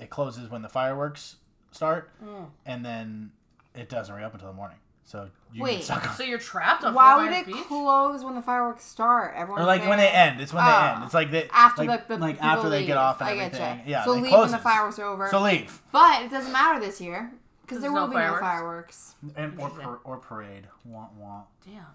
[SPEAKER 5] it closes when the fireworks start,
[SPEAKER 6] Hmm.
[SPEAKER 5] and then it doesn't reopen until the morning. So you
[SPEAKER 6] Wait.
[SPEAKER 5] get stuck on.
[SPEAKER 4] So you're trapped on
[SPEAKER 6] Why
[SPEAKER 4] Fort
[SPEAKER 6] would
[SPEAKER 4] Myers
[SPEAKER 6] it
[SPEAKER 4] Beach?
[SPEAKER 6] close when the fireworks start? Everyone
[SPEAKER 5] Or like when they end, it's when they
[SPEAKER 6] Oh.
[SPEAKER 5] end. It's like they
[SPEAKER 6] After,
[SPEAKER 5] like,
[SPEAKER 6] like, the
[SPEAKER 5] like
[SPEAKER 6] people
[SPEAKER 5] after they
[SPEAKER 6] leave.
[SPEAKER 5] get off and
[SPEAKER 6] I
[SPEAKER 5] everything.
[SPEAKER 6] getcha.
[SPEAKER 5] Yeah,
[SPEAKER 6] So
[SPEAKER 5] it
[SPEAKER 6] leave when the
[SPEAKER 5] closes.
[SPEAKER 6] fireworks are over.
[SPEAKER 5] So leave
[SPEAKER 6] But it doesn't matter this year because there
[SPEAKER 4] There's no
[SPEAKER 6] will be no
[SPEAKER 4] fireworks.
[SPEAKER 6] fireworks.
[SPEAKER 5] and or, par- or parade. Wah, wah.
[SPEAKER 4] Damn.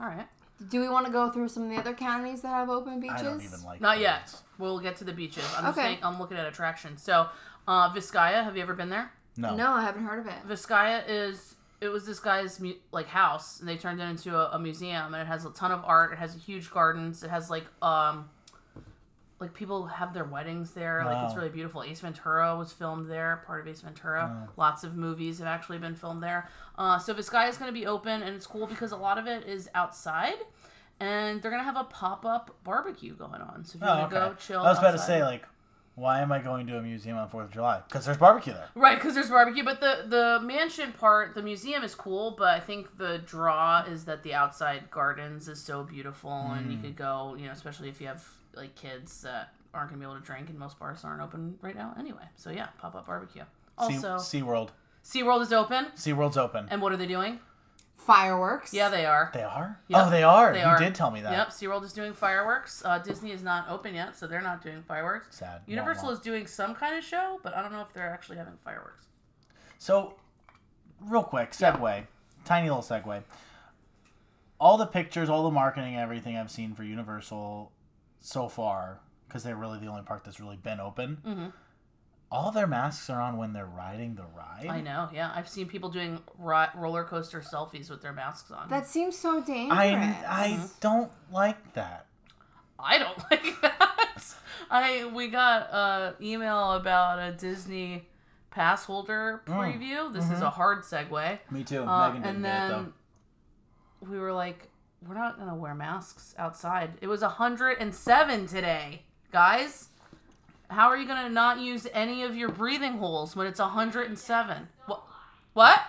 [SPEAKER 4] All right.
[SPEAKER 6] Do we want to go through some of the other counties that have open beaches?
[SPEAKER 5] I don't even like.
[SPEAKER 4] Not yet.
[SPEAKER 5] parades.
[SPEAKER 4] We'll get to the beaches. I'm just
[SPEAKER 6] Okay.
[SPEAKER 4] saying, I'm looking at attractions. So, uh, Vizcaya, have you ever been there?
[SPEAKER 5] No.
[SPEAKER 6] No, I haven't heard of it.
[SPEAKER 4] Vizcaya is it was this guy's mu- like house, and they turned it into a, a museum, and it has a ton of art. It has huge gardens. It has like um, like people have their weddings there. Like it's
[SPEAKER 5] Wow.
[SPEAKER 4] really beautiful. Ace Ventura was filmed there. Part of Ace Ventura. Lots of movies have actually been filmed there. Uh, so Vizcaya is going to be open, and it's cool because a lot of it is outside. And they're gonna have a pop up barbecue going on. So if you
[SPEAKER 5] Oh,
[SPEAKER 4] wanna
[SPEAKER 5] okay.
[SPEAKER 4] go chill,
[SPEAKER 5] I was about to
[SPEAKER 4] outside-
[SPEAKER 5] say like, why am I going to a museum on Fourth of July? Because there's barbecue there.
[SPEAKER 4] Right, because there's barbecue, but the the mansion part, the museum is cool, but I think the draw is that the outside gardens is so beautiful, and you
[SPEAKER 5] Mm.
[SPEAKER 4] could go, you know, especially if you have like kids that aren't gonna be able to drink, and most bars aren't open right now anyway. So yeah, pop up barbecue. Also,
[SPEAKER 5] sea, SeaWorld.
[SPEAKER 4] SeaWorld is open,
[SPEAKER 5] SeaWorld's open.
[SPEAKER 4] and what are they doing?
[SPEAKER 6] Fireworks.
[SPEAKER 4] Yeah, they are.
[SPEAKER 5] They are.
[SPEAKER 4] Yep,
[SPEAKER 5] Oh, they are.
[SPEAKER 4] they
[SPEAKER 5] you
[SPEAKER 4] are.
[SPEAKER 5] did tell me that.
[SPEAKER 4] Yep, SeaWorld is doing fireworks. Uh, Disney is not open yet, so they're not doing fireworks.
[SPEAKER 5] Sad. Wah,
[SPEAKER 4] Universal
[SPEAKER 5] wah.
[SPEAKER 4] is doing some kind of show, but I don't know if they're actually having fireworks.
[SPEAKER 5] So, real quick, segue, tiny little segue. All the pictures, all the marketing, everything I've seen for Universal so far, because they're really the only park that's really been open.
[SPEAKER 4] Mm. Mm-hmm.
[SPEAKER 5] All their masks are on when they're riding the ride.
[SPEAKER 4] I know, yeah. I've seen people doing ro- roller coaster selfies with their masks on.
[SPEAKER 6] That seems so dangerous.
[SPEAKER 5] I, I
[SPEAKER 4] Mm-hmm.
[SPEAKER 5] don't like that.
[SPEAKER 4] I don't like that. I we got a email about a Disney pass holder preview. This is a hard segue.
[SPEAKER 5] Me too.
[SPEAKER 4] Uh, and then we were like, we're not gonna wear masks outside. It was 107 today, guys. How are you gonna not use any of your breathing holes when it's 107? What? What?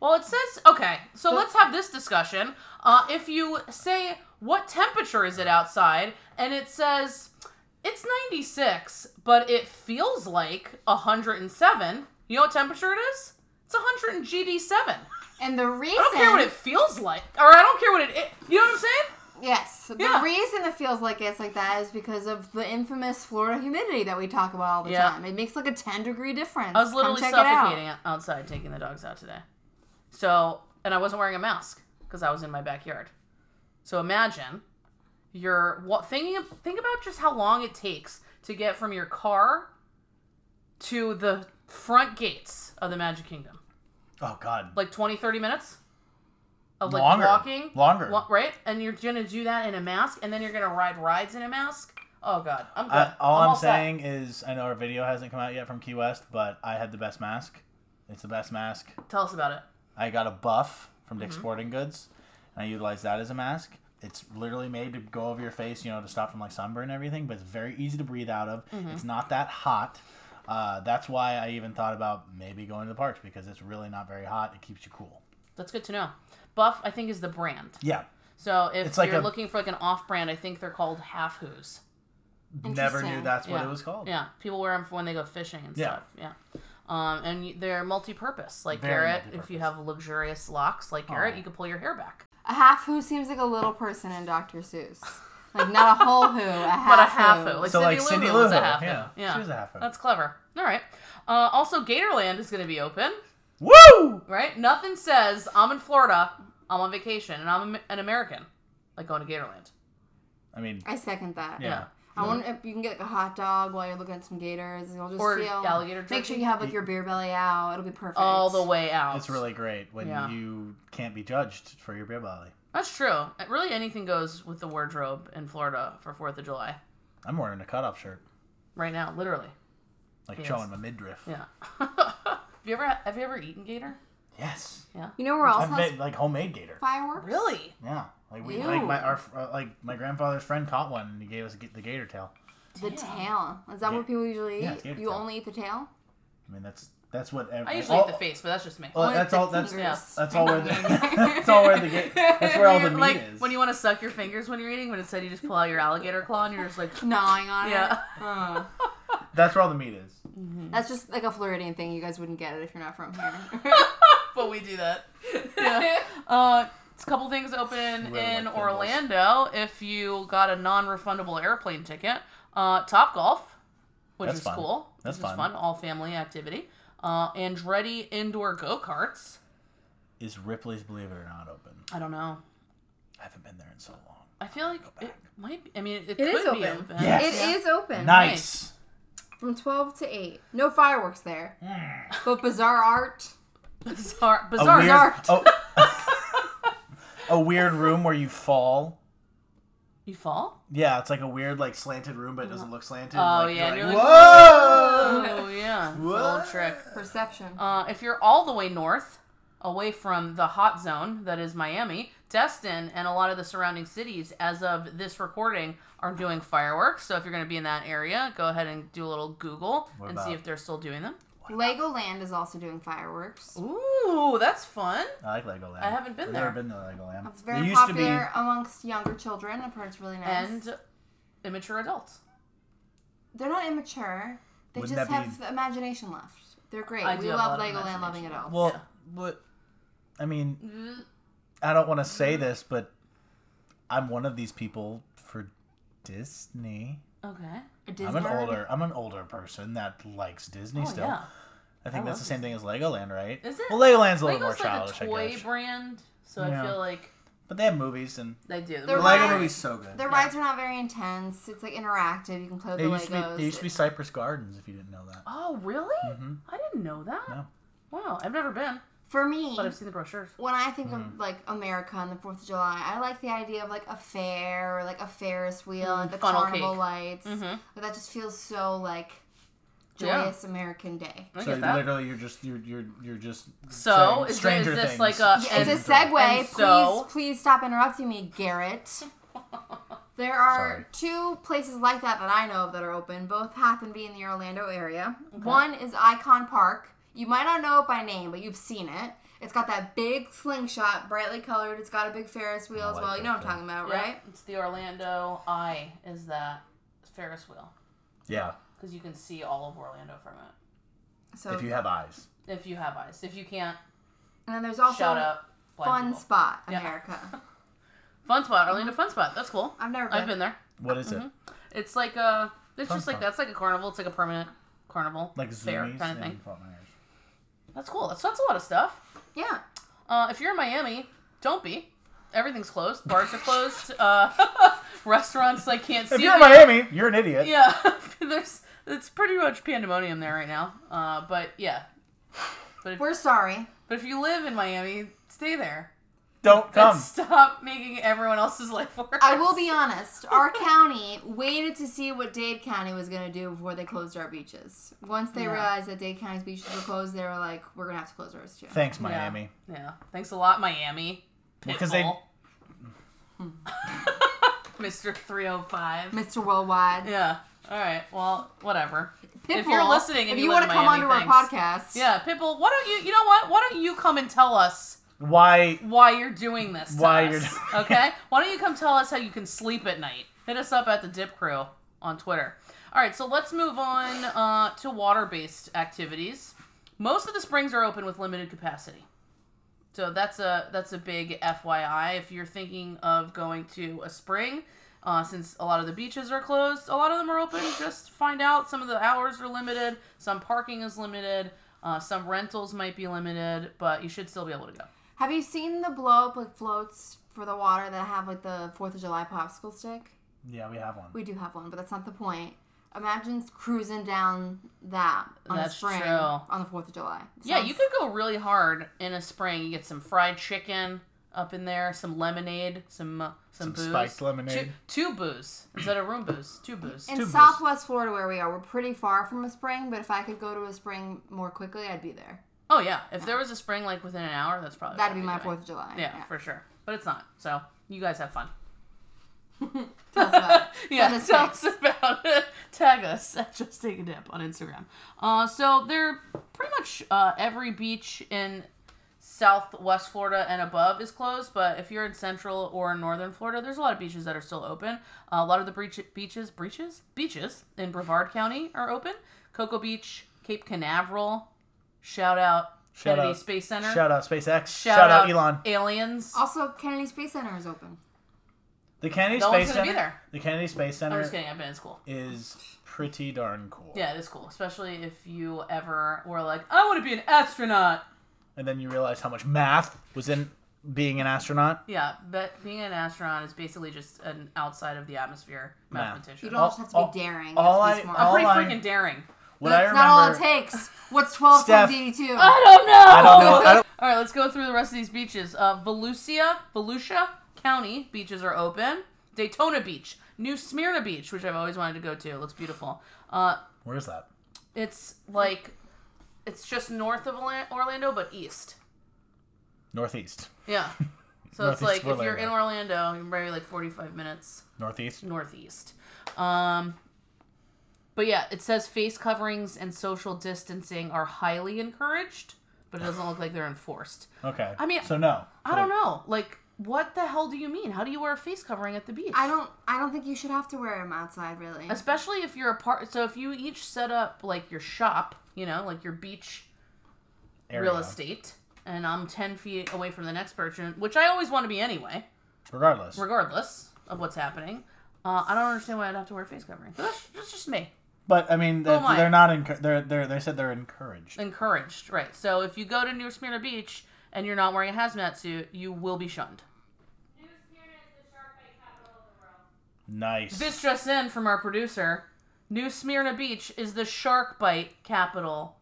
[SPEAKER 4] Well, it says okay. So let's have this discussion. Uh, if you say what temperature is it outside, and it says it's 96, but it feels like 107. You know what temperature it is? It's 100 and GD7.
[SPEAKER 6] and the reason.
[SPEAKER 4] I don't care what it feels like, or I don't care what it. it- you know what I'm saying?
[SPEAKER 6] Yes, the
[SPEAKER 4] Yeah.
[SPEAKER 6] reason it feels like it's like that is because of the infamous Florida humidity that we talk about all the
[SPEAKER 4] Yeah.
[SPEAKER 6] time. It makes like a ten degree difference.
[SPEAKER 4] I was literally
[SPEAKER 6] Come check it out.
[SPEAKER 4] suffocating o- outside taking the dogs out today. So, and I wasn't wearing a mask because I was in my backyard. So imagine you're what thinking. of- Think about just how long it takes to get from your car to the front gates of the Magic Kingdom.
[SPEAKER 5] oh God,
[SPEAKER 4] Like 20, 30 minutes. Of like
[SPEAKER 5] Longer.
[SPEAKER 4] walking,
[SPEAKER 5] Longer.
[SPEAKER 4] Lo- right? And you're gonna do that in a mask, and then you're gonna ride rides in a mask. Oh god, I'm good.
[SPEAKER 5] I, all I'm,
[SPEAKER 4] all set.
[SPEAKER 5] saying is, I know our video hasn't come out yet from Key West, but I had the best mask. It's the best mask.
[SPEAKER 4] Tell us about it.
[SPEAKER 5] I got a buff from
[SPEAKER 4] Mm-hmm.
[SPEAKER 5] Dick's Sporting Goods, and I utilized that as a mask. It's literally made to go over your face, you know, to stop from like sunburn and everything, but it's very easy to breathe out of.
[SPEAKER 4] Mm-hmm.
[SPEAKER 5] It's not that hot. Uh, that's why I even thought about maybe going to the parks because it's really not very hot. It keeps you cool.
[SPEAKER 4] That's good to know. Buff, I think, is the brand.
[SPEAKER 5] Yeah.
[SPEAKER 4] So if
[SPEAKER 5] It's like
[SPEAKER 4] you're
[SPEAKER 5] a-
[SPEAKER 4] looking for like an off-brand, I think they're called half who's.
[SPEAKER 5] Never knew
[SPEAKER 6] Interesting.
[SPEAKER 5] that's what
[SPEAKER 4] Yeah.
[SPEAKER 5] it was called.
[SPEAKER 4] Yeah, people wear them when they go fishing and
[SPEAKER 5] Yeah.
[SPEAKER 4] stuff. Yeah. Um, and y- they're multi-purpose. Like
[SPEAKER 5] Very
[SPEAKER 4] Garrett, if you
[SPEAKER 5] multi-purpose. Oh.
[SPEAKER 4] have luxurious locks like Garrett, you can pull your hair back.
[SPEAKER 6] A half who seems like a little person in Dr. Seuss. Like not a whole who, a half,
[SPEAKER 4] but a half
[SPEAKER 6] who.
[SPEAKER 4] who. Like
[SPEAKER 5] So,
[SPEAKER 4] Cindy,
[SPEAKER 5] like,
[SPEAKER 4] Lou
[SPEAKER 5] Cindy
[SPEAKER 4] Who
[SPEAKER 5] Lou
[SPEAKER 4] was a
[SPEAKER 5] Who,
[SPEAKER 4] half
[SPEAKER 5] yeah.
[SPEAKER 4] who. Yeah,
[SPEAKER 5] She was a half who.
[SPEAKER 4] That's clever. All right. Uh, also, Gatorland is going to be open.
[SPEAKER 5] Woo!
[SPEAKER 4] Right? Nothing says I'm in Florida, I'm on vacation, and I'm an American, like going to Gatorland.
[SPEAKER 5] I mean,
[SPEAKER 6] I second that.
[SPEAKER 5] yeah.
[SPEAKER 6] I wonder if you can get like a hot dog while you're looking at some gators. You'll just
[SPEAKER 4] Or
[SPEAKER 6] feel
[SPEAKER 4] alligator
[SPEAKER 6] Make sure
[SPEAKER 4] jerky.
[SPEAKER 6] you have like your beer belly out. It'll be perfect.
[SPEAKER 4] All the way out.
[SPEAKER 5] It's really great when
[SPEAKER 4] Yeah.
[SPEAKER 5] you can't be judged for your beer belly.
[SPEAKER 4] That's true. Really, anything goes with the wardrobe in Florida for Fourth of July
[SPEAKER 5] I'm wearing a cutoff shirt,
[SPEAKER 4] right now, literally.
[SPEAKER 5] like showing my midriff.
[SPEAKER 4] Yeah. have you ever have you ever eaten gator?
[SPEAKER 5] Yes.
[SPEAKER 6] You know where else
[SPEAKER 5] I've
[SPEAKER 6] has
[SPEAKER 5] made like homemade gator.
[SPEAKER 6] fireworks?
[SPEAKER 4] Really?
[SPEAKER 5] Yeah, like we,
[SPEAKER 6] Ew.
[SPEAKER 5] like my our, uh, like my grandfather's friend caught one and he gave us g- the gator tail.
[SPEAKER 6] The tail. Is that
[SPEAKER 5] Yeah.
[SPEAKER 6] what people usually eat?
[SPEAKER 5] Yeah, it's gator
[SPEAKER 6] you
[SPEAKER 5] tail.
[SPEAKER 6] only eat the tail?
[SPEAKER 5] I mean, that's That's what. Every,
[SPEAKER 4] I usually
[SPEAKER 5] all-
[SPEAKER 4] eat the face, but that's just me.
[SPEAKER 5] Well,
[SPEAKER 6] Or
[SPEAKER 5] Oh, that's
[SPEAKER 6] the
[SPEAKER 5] all. That's
[SPEAKER 6] fingers.
[SPEAKER 5] that's all where the that's all where the ga- that's where all the meat
[SPEAKER 4] like
[SPEAKER 5] is.
[SPEAKER 4] when you want to suck your fingers when you're eating, but instead you just pull out your alligator claw and you're just like,
[SPEAKER 6] Gnawing on
[SPEAKER 4] yeah.
[SPEAKER 6] it. Ugh.
[SPEAKER 5] that's where all the meat is.
[SPEAKER 6] That's just like a Floridian thing. You guys wouldn't get it if you're not from here.
[SPEAKER 4] but we do that. Yeah. Uh, it's a couple things open
[SPEAKER 5] Really
[SPEAKER 4] in
[SPEAKER 5] like thin
[SPEAKER 4] Orlando. If you got a non-refundable airplane ticket, uh, Top Golf, which
[SPEAKER 5] That's
[SPEAKER 4] is
[SPEAKER 5] fun.
[SPEAKER 4] cool.
[SPEAKER 5] That's
[SPEAKER 4] which is
[SPEAKER 5] fun.
[SPEAKER 4] fun. All family activity. Uh, Andretti indoor go karts.
[SPEAKER 5] Is Ripley's Believe It or Not open?
[SPEAKER 4] I don't know.
[SPEAKER 5] I haven't been there in so long.
[SPEAKER 4] I feel like it might. Be, I mean, it,
[SPEAKER 6] It
[SPEAKER 4] could
[SPEAKER 6] is
[SPEAKER 4] be
[SPEAKER 6] open.
[SPEAKER 4] open.
[SPEAKER 5] Yes.
[SPEAKER 6] It is open.
[SPEAKER 5] Nice.
[SPEAKER 6] From 12 to 8. No fireworks there.
[SPEAKER 5] Hmm.
[SPEAKER 6] But bizarre art.
[SPEAKER 4] Bizarre.
[SPEAKER 5] A
[SPEAKER 4] Bizarre.
[SPEAKER 5] weird,
[SPEAKER 4] bizarre.
[SPEAKER 5] oh, a weird room where you fall.
[SPEAKER 4] You fall?
[SPEAKER 5] Yeah, it's like a weird, like slanted room, but it doesn't look slanted.
[SPEAKER 4] Oh,
[SPEAKER 5] like,
[SPEAKER 4] yeah,
[SPEAKER 5] You're
[SPEAKER 4] you're
[SPEAKER 5] like,
[SPEAKER 4] like,
[SPEAKER 5] Whoa!
[SPEAKER 4] Oh yeah. It's a little
[SPEAKER 5] What?
[SPEAKER 4] trick.
[SPEAKER 6] Perception.
[SPEAKER 4] Uh, if you're all the way north, away from the hot zone that is Miami, Destin, and a lot of the surrounding cities, as of this recording, are doing fireworks. So if you're going to be in that area, go ahead and do a little Google
[SPEAKER 5] What
[SPEAKER 4] and see
[SPEAKER 5] about-
[SPEAKER 4] if they're still doing them.
[SPEAKER 6] Legoland is also doing fireworks.
[SPEAKER 4] Ooh, that's fun.
[SPEAKER 5] I like Legoland.
[SPEAKER 4] I haven't been
[SPEAKER 5] I've
[SPEAKER 4] there.
[SPEAKER 5] Never been to Legoland.
[SPEAKER 6] It's very
[SPEAKER 5] It used to be-
[SPEAKER 6] popular amongst younger children. I've heard it's really nice.
[SPEAKER 4] And immature adults.
[SPEAKER 6] They're not immature. They
[SPEAKER 5] Wouldn't
[SPEAKER 6] just
[SPEAKER 5] that
[SPEAKER 6] have
[SPEAKER 5] be-
[SPEAKER 6] the imagination left. They're great.
[SPEAKER 4] I
[SPEAKER 6] we
[SPEAKER 4] do have
[SPEAKER 6] love
[SPEAKER 4] a lot of
[SPEAKER 6] Legoland, loving
[SPEAKER 4] imagination.
[SPEAKER 6] it all.
[SPEAKER 5] Well, but I mean, I don't want to say
[SPEAKER 4] Mm-hmm.
[SPEAKER 5] this, but I'm one of these people for Disney.
[SPEAKER 4] Okay.
[SPEAKER 5] I'm an older. I'm an older person that likes Disney
[SPEAKER 4] Oh,
[SPEAKER 5] still.
[SPEAKER 4] yeah.
[SPEAKER 5] I think
[SPEAKER 4] I
[SPEAKER 5] that's
[SPEAKER 4] love
[SPEAKER 5] the same thing as Legoland, right?
[SPEAKER 4] Is it?
[SPEAKER 5] Well, Legoland's a little more
[SPEAKER 4] Lego's like a
[SPEAKER 5] childish, I
[SPEAKER 4] toy
[SPEAKER 5] guess.
[SPEAKER 4] brand, so
[SPEAKER 5] Yeah.
[SPEAKER 4] I feel like
[SPEAKER 5] But they have movies, and
[SPEAKER 4] they do.
[SPEAKER 6] They're
[SPEAKER 5] the
[SPEAKER 6] right.
[SPEAKER 5] Lego
[SPEAKER 6] rides-
[SPEAKER 5] movie's so good.
[SPEAKER 6] Their rides are not very intense. It's like interactive. You can play with
[SPEAKER 5] It
[SPEAKER 6] the
[SPEAKER 5] used, to
[SPEAKER 6] Legos.
[SPEAKER 5] be, it used to be Cypress Gardens, if you didn't know that.
[SPEAKER 4] Oh, really? I didn't know that.
[SPEAKER 5] Mm-hmm. No.
[SPEAKER 4] Wow, I've never been,
[SPEAKER 6] For me,
[SPEAKER 4] but I've seen the brochures.
[SPEAKER 6] when I think of like America and the Fourth of July, I like the idea of like a fair or like a Ferris wheel and the
[SPEAKER 4] Mm, funnel
[SPEAKER 6] carnival
[SPEAKER 4] cake. Mm-hmm.
[SPEAKER 6] lights. But that just feels so like
[SPEAKER 4] Yeah.
[SPEAKER 6] joyous American day.
[SPEAKER 4] I
[SPEAKER 5] So
[SPEAKER 4] get that.
[SPEAKER 5] literally, you're just you're you're you're just
[SPEAKER 4] So
[SPEAKER 5] saying
[SPEAKER 4] is, it, is
[SPEAKER 5] Stranger
[SPEAKER 4] this
[SPEAKER 5] Things.
[SPEAKER 4] like a?
[SPEAKER 6] Yeah,
[SPEAKER 4] and-
[SPEAKER 6] it's a segue.
[SPEAKER 4] and so-
[SPEAKER 6] please, please stop interrupting me, Garrett. There are two places like that that I know of that are open. Both happen to be in the Orlando area. One is Icon Park. You might not know it by name, but you've seen it. It's got that big slingshot, brightly colored. It's got a big Ferris wheel as
[SPEAKER 5] like
[SPEAKER 6] well. You know what
[SPEAKER 5] that
[SPEAKER 6] I'm talking about,
[SPEAKER 4] Yeah,
[SPEAKER 6] right?
[SPEAKER 4] It's the Orlando Eye. Is that Ferris wheel?
[SPEAKER 5] yeah,
[SPEAKER 4] Because you can see all of Orlando from it
[SPEAKER 6] So
[SPEAKER 4] Oh.
[SPEAKER 5] if you have eyes.
[SPEAKER 4] if you have eyes. If you can't,
[SPEAKER 6] and then there's also
[SPEAKER 4] shout out. blind
[SPEAKER 6] Fun
[SPEAKER 4] people.
[SPEAKER 6] Spot
[SPEAKER 4] Yeah.
[SPEAKER 6] America.
[SPEAKER 4] Fun spot. Orlando Fun Spot. That's cool.
[SPEAKER 6] I've never
[SPEAKER 4] I've
[SPEAKER 6] been.
[SPEAKER 4] been there.
[SPEAKER 5] What is
[SPEAKER 4] Mm-hmm.
[SPEAKER 5] it?
[SPEAKER 4] It's like a. It's
[SPEAKER 5] Fun
[SPEAKER 4] just like
[SPEAKER 5] Spot.
[SPEAKER 4] that's like a carnival. It's like a permanent carnival.
[SPEAKER 5] Like
[SPEAKER 4] fair
[SPEAKER 5] zoomies
[SPEAKER 4] kind of
[SPEAKER 5] and
[SPEAKER 4] thing.
[SPEAKER 5] Fort Myers.
[SPEAKER 4] That's cool. That's that's a lot of stuff.
[SPEAKER 6] Yeah.
[SPEAKER 4] Uh, if you're in Miami, don't be. Everything's closed. Bars are closed. Uh, restaurants like can't see.
[SPEAKER 5] If you're in
[SPEAKER 4] you.
[SPEAKER 5] Miami, you're an idiot.
[SPEAKER 4] Yeah, there's it's pretty much pandemonium there right now. Uh, but yeah,
[SPEAKER 6] We're sorry.
[SPEAKER 4] but if you live in Miami, stay there.
[SPEAKER 5] Don't
[SPEAKER 4] But
[SPEAKER 5] come.
[SPEAKER 4] stop making everyone else's life worse.
[SPEAKER 6] I will be honest. Our county waited to see what Dade County was going to do before they closed our beaches. Once they realized that Dade County's beaches were closed, they were like, "We're going to have to close ours too."
[SPEAKER 5] Thanks,
[SPEAKER 4] Yeah.
[SPEAKER 5] Miami.
[SPEAKER 4] Yeah. Thanks a lot, Miami. Because
[SPEAKER 5] Because they-
[SPEAKER 4] they. Mr. 305.
[SPEAKER 6] Mr. Worldwide,
[SPEAKER 4] Yeah. All right. Well, whatever. if
[SPEAKER 6] Pitbull,
[SPEAKER 4] you're listening and
[SPEAKER 6] if
[SPEAKER 4] you
[SPEAKER 6] you,
[SPEAKER 4] live
[SPEAKER 6] want to
[SPEAKER 4] in
[SPEAKER 6] come
[SPEAKER 4] Miami,
[SPEAKER 6] onto our
[SPEAKER 4] thanks.
[SPEAKER 6] podcast,
[SPEAKER 4] Yeah, Pitbull, why don't you, you know what? Why don't you come and tell us
[SPEAKER 5] Why?
[SPEAKER 4] why you're doing this. To
[SPEAKER 5] Why
[SPEAKER 4] us,
[SPEAKER 5] you're doing-
[SPEAKER 4] okay? Why don't you come tell us how you can sleep at night? Hit us up at the Dip Crew on Twitter. All right, so let's move on uh, to water-based activities. Most of the springs are open with limited capacity, so that's a that's a big FYI. If you're thinking of going to a spring, uh, since a lot of the beaches are closed, a lot of them are open. Just find out. Some of the hours are limited. Some parking is limited. Uh, some rentals might be limited, but you should still be able to go.
[SPEAKER 6] Have you seen the blow up like floats for the water that have like the Fourth of July popsicle stick?
[SPEAKER 5] Yeah, we have one.
[SPEAKER 6] We do have one, but that's not the point. Imagine cruising down that on
[SPEAKER 4] That's
[SPEAKER 6] a spring
[SPEAKER 4] true.
[SPEAKER 6] on the Fourth of July.
[SPEAKER 4] Yeah, you
[SPEAKER 6] Sounds-
[SPEAKER 4] could go really hard in a spring. You get some fried chicken up in there, some lemonade, some uh, some,
[SPEAKER 5] Some
[SPEAKER 4] booze,
[SPEAKER 5] spiked lemonade.
[SPEAKER 4] two, two booze instead of room booze, two booze.
[SPEAKER 6] In
[SPEAKER 5] Two booths.
[SPEAKER 6] Southwest Florida, where we are, we're pretty far from a spring. But if I could go to a spring more quickly, I'd be there.
[SPEAKER 4] oh yeah, if there was a spring like within an hour, that's probably what
[SPEAKER 6] That'd
[SPEAKER 4] I'd
[SPEAKER 6] be my
[SPEAKER 4] doing.
[SPEAKER 6] Fourth of July.
[SPEAKER 4] Yeah, for sure. But it's not. So you guys have fun.
[SPEAKER 6] Tell us about it.
[SPEAKER 4] yeah,
[SPEAKER 6] Send us
[SPEAKER 4] tell
[SPEAKER 6] pics.
[SPEAKER 4] us about it. Tag us at Just Take a Dip on Instagram. Uh, so they're pretty much uh, every beach in Southwest Florida and above is closed, but if you're in Central or in Northern Florida, there's a lot of beaches that are still open. Uh, a lot of the breach- beaches, breaches, beaches in Brevard County are open. Cocoa Beach, Cape Canaveral, shout out
[SPEAKER 5] Shout
[SPEAKER 4] Kennedy
[SPEAKER 5] out.
[SPEAKER 4] Space Center.
[SPEAKER 5] Shout out SpaceX. Shout,
[SPEAKER 4] Shout
[SPEAKER 5] out Elon.
[SPEAKER 4] Aliens.
[SPEAKER 6] Also, Kennedy Space Center is open.
[SPEAKER 5] The Kennedy
[SPEAKER 4] No one's
[SPEAKER 5] Space
[SPEAKER 4] gonna
[SPEAKER 5] Center.
[SPEAKER 4] be there.
[SPEAKER 5] The Kennedy Space
[SPEAKER 4] I'm
[SPEAKER 5] Center
[SPEAKER 4] just kidding. I've been in school.
[SPEAKER 5] is pretty darn cool.
[SPEAKER 4] Yeah, it is cool, especially if you ever were like, I want to be an astronaut.
[SPEAKER 5] And then you realize how much math was in being an astronaut.
[SPEAKER 4] Yeah, but being an astronaut is basically just an outside of the atmosphere
[SPEAKER 5] Nah.
[SPEAKER 6] You
[SPEAKER 4] mathematician.
[SPEAKER 6] don't
[SPEAKER 5] All-
[SPEAKER 6] just have to
[SPEAKER 5] all-
[SPEAKER 6] be daring. You
[SPEAKER 5] all
[SPEAKER 6] have to be
[SPEAKER 5] I-
[SPEAKER 6] smart.
[SPEAKER 4] I'm
[SPEAKER 5] all
[SPEAKER 4] pretty
[SPEAKER 5] I-
[SPEAKER 4] freaking daring.
[SPEAKER 5] What
[SPEAKER 6] That's
[SPEAKER 5] I remember.
[SPEAKER 6] not all it takes. What's 12
[SPEAKER 5] Steph.
[SPEAKER 6] times 82?
[SPEAKER 4] I don't know.
[SPEAKER 5] I don't know. I don't,
[SPEAKER 4] All right, let's go through the rest of these beaches. Uh, Volusia, Volusia County beaches are open. Daytona Beach, New Smyrna Beach, which I've always wanted to go to. It looks beautiful. Uh,
[SPEAKER 5] where's that?
[SPEAKER 4] it's like, it's just north of Orla- Orlando, but east.
[SPEAKER 5] Northeast.
[SPEAKER 4] Yeah. So it's like
[SPEAKER 5] Northeast
[SPEAKER 4] if you're in
[SPEAKER 5] Orlando.
[SPEAKER 4] Orlando, you're maybe like 45 minutes
[SPEAKER 5] Northeast.
[SPEAKER 4] northeast. Um, but yeah, it says face coverings and social distancing are highly encouraged, but it doesn't look like they're enforced.
[SPEAKER 5] Okay.
[SPEAKER 4] I mean-
[SPEAKER 5] so no.
[SPEAKER 4] I don't know. Like, what the hell do you mean? How do you wear a face covering at the beach?
[SPEAKER 6] I don't. I don't think you should have to wear them outside, really.
[SPEAKER 4] Especially if you're a part. So if you each set up like your shop, you know, like your beach
[SPEAKER 5] Area.
[SPEAKER 4] real estate, and I'm 10 feet away from the next person, which I always want to be anyway.
[SPEAKER 5] Regardless.
[SPEAKER 4] regardless of what's happening. Uh, I don't understand why I'd have to wear a face covering. But that's, that's just me.
[SPEAKER 5] But I mean, they're,
[SPEAKER 4] am I?
[SPEAKER 5] they're not. Encu- they're, they're they said they're encouraged.
[SPEAKER 4] Encouraged, right? So if you go to New Smyrna Beach and you're not wearing a hazmat suit, you will be shunned.
[SPEAKER 5] Nice.
[SPEAKER 4] This just in from our producer: New Smyrna Beach is the shark bite capital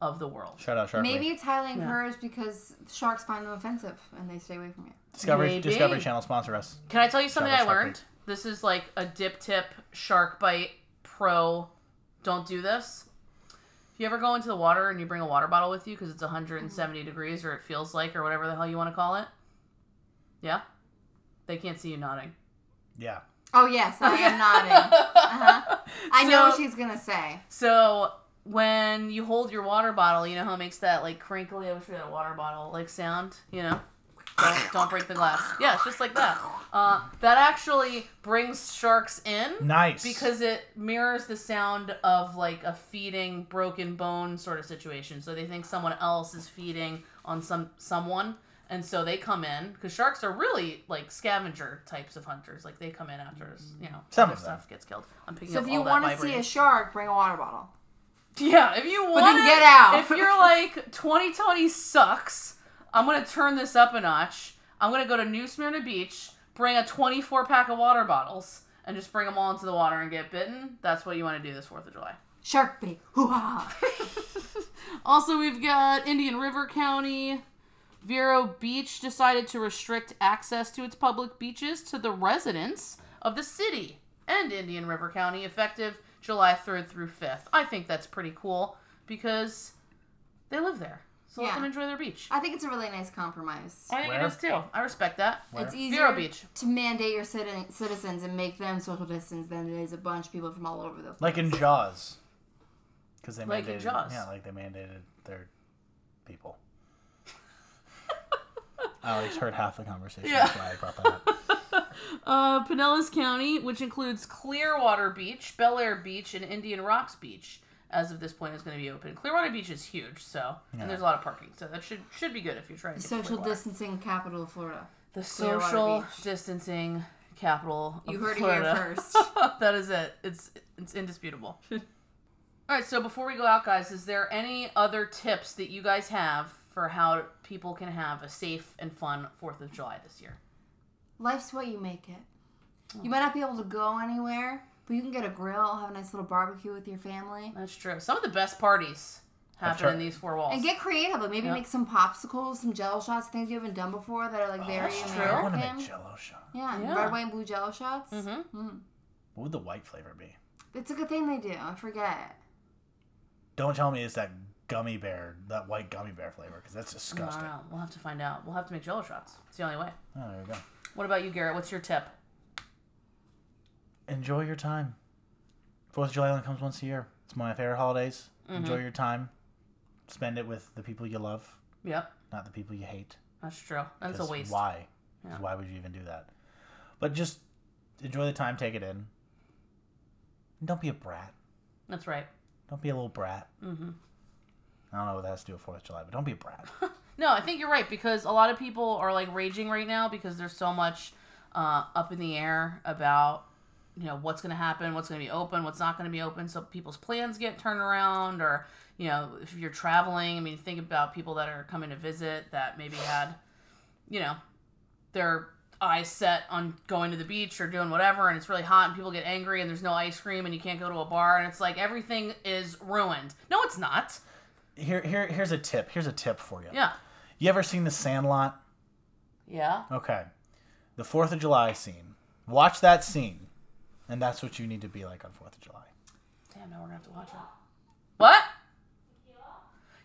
[SPEAKER 4] of the world.
[SPEAKER 5] Shout out Shark Week.
[SPEAKER 6] Maybe it's highly encouraged because sharks find them offensive and they stay away from you.
[SPEAKER 5] Discovery
[SPEAKER 4] Maybe.
[SPEAKER 5] Discovery Channel sponsor us.
[SPEAKER 4] Can I tell you something
[SPEAKER 5] Shout
[SPEAKER 4] I
[SPEAKER 5] out Shark
[SPEAKER 4] learned? This is like a dip tip shark bite pro. Don't do this. If you ever go into the water and you bring a water bottle with you because it's 170 degrees or it feels like or whatever the hell you want to call it, yeah, they can't see you nodding.
[SPEAKER 5] Yeah.
[SPEAKER 6] Oh yes, I am nodding. Uh-huh. I know what
[SPEAKER 4] So-
[SPEAKER 6] she's gonna say.
[SPEAKER 4] So when you hold your water bottle, you know how it makes that like crinkly, I wish we had a water bottle like sound, you know? Don't, don't break the glass. Yeah, it's just like that. Uh, that actually brings sharks in.
[SPEAKER 5] Nice.
[SPEAKER 4] because it mirrors the sound of like a feeding broken bone sort of situation so they think someone else is feeding on some someone and so they come in because sharks are really like scavenger types of hunters like they come in after you know
[SPEAKER 5] Some
[SPEAKER 4] other
[SPEAKER 5] of them.
[SPEAKER 4] stuff gets killed i'm picking
[SPEAKER 6] So
[SPEAKER 4] up
[SPEAKER 6] if you
[SPEAKER 4] want
[SPEAKER 6] want to see a shark, bring a water bottle.
[SPEAKER 4] yeah if you want
[SPEAKER 6] then
[SPEAKER 4] it,
[SPEAKER 6] get out.
[SPEAKER 4] if you're like 2020 sucks i'm gonna turn this up a notch i'm gonna go to new smyrna beach bring a 24 pack of water bottles and just bring them all into the water and get bitten that's what you want to do this fourth of july
[SPEAKER 6] Shark bait. Hoo-ha.
[SPEAKER 4] Also, we've got Indian River County. Vero Beach decided to restrict access to its public beaches to the residents of the city and Indian River County effective July 3rd through 5th. I think that's pretty cool because they live there. So let
[SPEAKER 6] Yeah.
[SPEAKER 4] them enjoy their beach.
[SPEAKER 6] I think it's a really nice compromise.
[SPEAKER 4] I think
[SPEAKER 5] Where?
[SPEAKER 4] it is too. I respect that.
[SPEAKER 6] It's
[SPEAKER 4] Vero
[SPEAKER 6] easier
[SPEAKER 4] Beach.
[SPEAKER 6] to mandate your citi- citizens and make them social distance than it is a bunch of people from all over the.
[SPEAKER 5] Like in Jaws. Because they mandated.
[SPEAKER 4] Like in Jaws.
[SPEAKER 5] Yeah, like they mandated their people. Alex heard half the conversation. That's why I brought that up.
[SPEAKER 4] Uh, Pinellas County, which includes Clearwater Beach, Bel Air Beach, and Indian Rocks Beach, as of this point is going to be open. Clearwater Beach is huge, so and there's a lot of parking, so that should should be good if you're trying to get to
[SPEAKER 6] Social
[SPEAKER 4] Clearwater.
[SPEAKER 6] distancing capital of Florida.
[SPEAKER 4] The
[SPEAKER 6] Clearwater
[SPEAKER 4] social
[SPEAKER 6] Beach.
[SPEAKER 4] distancing capital.
[SPEAKER 6] You
[SPEAKER 4] of
[SPEAKER 6] heard
[SPEAKER 4] Florida.
[SPEAKER 6] it here first.
[SPEAKER 4] that is it. It's it's indisputable. All right, so before we go out, guys, is there any other tips that you guys have for how people can have a safe and fun Fourth of July this year?
[SPEAKER 6] Life's what you make it.
[SPEAKER 4] Oh.
[SPEAKER 6] You might not be able to go anywhere, but you can get a grill, have a nice little barbecue with your family,
[SPEAKER 4] That's true. Some of the best parties happen
[SPEAKER 5] right.
[SPEAKER 4] in these four walls.
[SPEAKER 6] and get creative. Like maybe make some popsicles, some Jello shots, things you haven't done before that are like very
[SPEAKER 5] I want to
[SPEAKER 6] American.
[SPEAKER 5] make Jello shot.
[SPEAKER 6] yeah,
[SPEAKER 4] Yeah. Mm-hmm.
[SPEAKER 6] red, white, and blue Jello shots.
[SPEAKER 5] What would the white flavor be?
[SPEAKER 6] It's a good thing they do. I forget.
[SPEAKER 5] Don't tell me it's that gummy bear, that white gummy bear flavor, because that's
[SPEAKER 4] I don't
[SPEAKER 5] disgusting.
[SPEAKER 4] know. We'll have to find out. We'll have to make jello shots. It's the only way.
[SPEAKER 5] Oh, there we go.
[SPEAKER 4] What about you, Garrett? What's your tip?
[SPEAKER 5] enjoy your time. Fourth of July only comes once a year. It's one of my favorite holidays.
[SPEAKER 4] Mm-hmm.
[SPEAKER 5] Enjoy your time. Spend it with the people you love,
[SPEAKER 4] Yep,
[SPEAKER 5] not the people you hate.
[SPEAKER 4] that's true. That's a
[SPEAKER 5] 'Cause
[SPEAKER 4] waste.
[SPEAKER 5] Why? 'Cause Why would you even do that? But just enjoy the time, take it in. And don't be a brat.
[SPEAKER 4] That's right.
[SPEAKER 5] Don't be a little brat. Mm-hmm. I don't know what that has to do with Fourth of July, but don't be a brat.
[SPEAKER 4] No, I think you're right because a lot of people are like raging right now because there's so much uh, up in the air about you know what's going to happen, what's going to be open, what's not going to be open. So people's plans get turned around, or you know if you're traveling. I mean, think about people that are coming to visit that maybe had you know their eyes set on going to the beach or doing whatever, and it's really hot, and people get angry, and there's no ice cream, and you can't go to a bar, and it's like everything is ruined. No, it's not.
[SPEAKER 5] here, here, here's a tip. Here's a tip for you.
[SPEAKER 4] Yeah.
[SPEAKER 5] You ever seen The Sandlot?
[SPEAKER 4] Yeah.
[SPEAKER 5] Okay. The 4th of July scene. Watch that scene. And that's what you need to be like on 4th of July.
[SPEAKER 4] Damn, now we're gonna have to watch it. What?